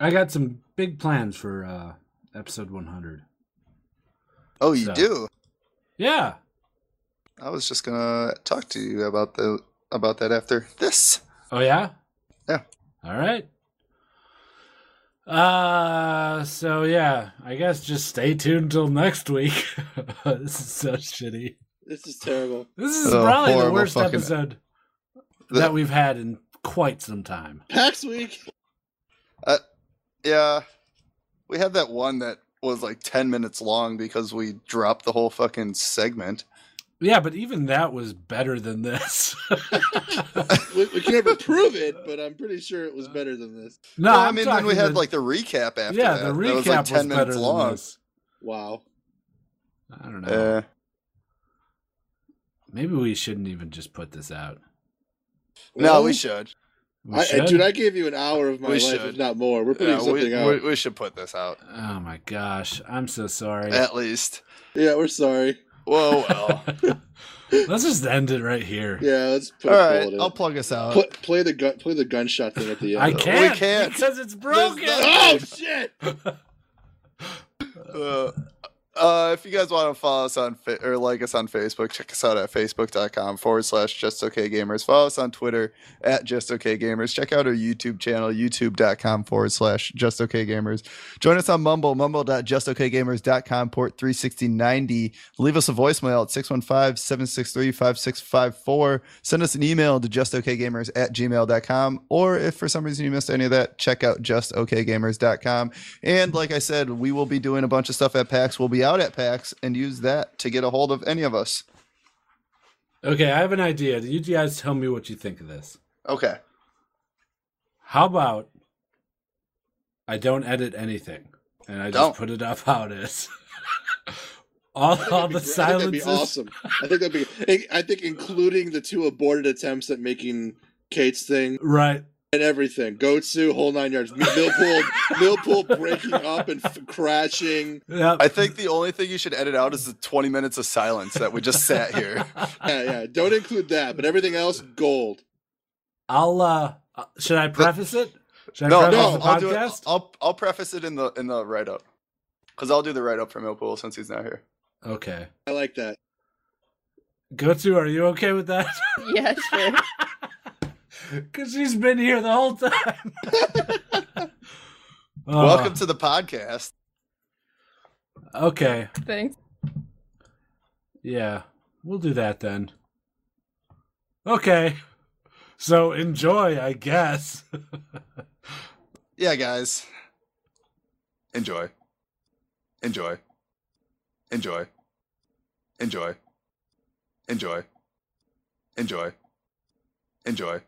S1: I got some big plans for uh episode 100.
S4: Oh, you
S1: So-
S4: do.
S1: Yeah.
S4: I was just gonna talk to you about the about that after this.
S1: Oh yeah.
S4: Yeah.
S1: All right. Uh so yeah, I guess just stay tuned till next week. (laughs) this is so shitty.
S3: This is terrible.
S1: This is
S6: Oh,
S1: probably the
S6: horrible
S1: worst
S6: fucking-
S1: episode
S4: The-
S1: that we've had in quite some time.
S3: PAX week.
S4: Yeah, we had that one that was like ten minutes long because we dropped the whole fucking segment.
S1: Yeah, but even that was better than
S4: (laughs)
S1: this.
S3: We, we can never prove it, but I'm pretty sure it was better than this.
S1: no,
S4: well, I
S1: I'm
S4: mean, then we
S1: talking
S4: had
S1: the-
S4: like the recap after
S1: yeah,
S4: that.
S1: the
S4: That
S1: recap was,
S4: was like ten
S1: better
S4: minutes
S1: than
S4: long.
S1: this.
S3: Wow.
S1: I don't know.
S4: Uh,
S1: Maybe we shouldn't even just put this out.
S4: no, we
S3: Really?
S4: should.
S1: We
S3: I, I,
S1: should?
S3: dude, I gave you an hour of my
S4: We
S3: life,
S4: should.
S3: if not more. We're putting
S4: Yeah,
S3: something
S4: we,
S3: out.
S4: we, we should put this out
S1: Oh my gosh, I'm so sorry.
S4: at least.
S3: Yeah, we're sorry.
S4: Whoa, oh,
S3: (laughs)
S4: well.
S1: (laughs) Let's just end it right here.
S3: Yeah, let's put
S4: All
S3: a
S4: right,
S3: bullet in.
S6: I'll plug us out.
S3: Pl- play the gun. Play the gunshot thing at the end.
S1: I can't,
S4: can't.
S1: because it's broken.
S3: (laughs) Oh shit!
S4: Uh, uh, if you guys want to follow us on fa- or like us on Facebook, check us out at facebook.com forward slash just okay gamers. Follow us on Twitter at just okay gamers. Check out our YouTube channel, youtube.com forward slash just okay gamers. Join us on Mumble, mumble.justokgamers.com, port 36090. Leave us a voicemail at 615 763 5654. Send us an email to justokgamers at gmail.com. Or if for some reason you missed any of that, check out justokgamers.com. And like I said, we will be doing a bunch of stuff at PAX. We'll be out at PAX and use that to get a hold of any of us.
S1: Okay, I have an idea. You guys tell me what you think of this.
S4: Okay.
S1: How about I don't edit anything and I just
S4: Don't.
S1: put it up how it is. (laughs) all all
S4: (laughs)
S1: the
S3: I think that'd be
S1: silences.
S3: awesome. I think that'd be. I think including the two aborted attempts at making Kate's thing
S1: Right.
S3: and everything. Goatsu, whole nine yards.
S1: (laughs)
S3: Millpool, Millpool breaking up and f- crashing.
S1: Yep.
S4: I think the only thing you should edit out is the 20 minutes of silence that we (laughs) just sat here.
S3: Yeah, yeah. Don't include that, but everything else, gold.
S1: (laughs) I'll uh uh, should I preface it? Should I
S4: No,
S1: preface
S4: no,
S1: the
S4: I'll do it.
S1: podcast?
S4: I'll I'll preface it in the in the write up. Cuz I'll do the write up for Millpool since he's not here.
S1: Okay.
S3: I like that.
S1: Go to, are you okay with that?
S7: (laughs)
S1: (laughs)
S7: Yeah, sure. (laughs)
S1: Because she's been here the whole time. Oh,
S4: (laughs)
S1: (laughs)
S4: Welcome to the podcast.
S1: Okay.
S7: Thanks.
S1: Yeah. We'll do that then. Okay. So enjoy, I guess.
S4: Yeah, guys. Enjoy. Enjoy. Enjoy. Enjoy. Enjoy. Enjoy. Enjoy.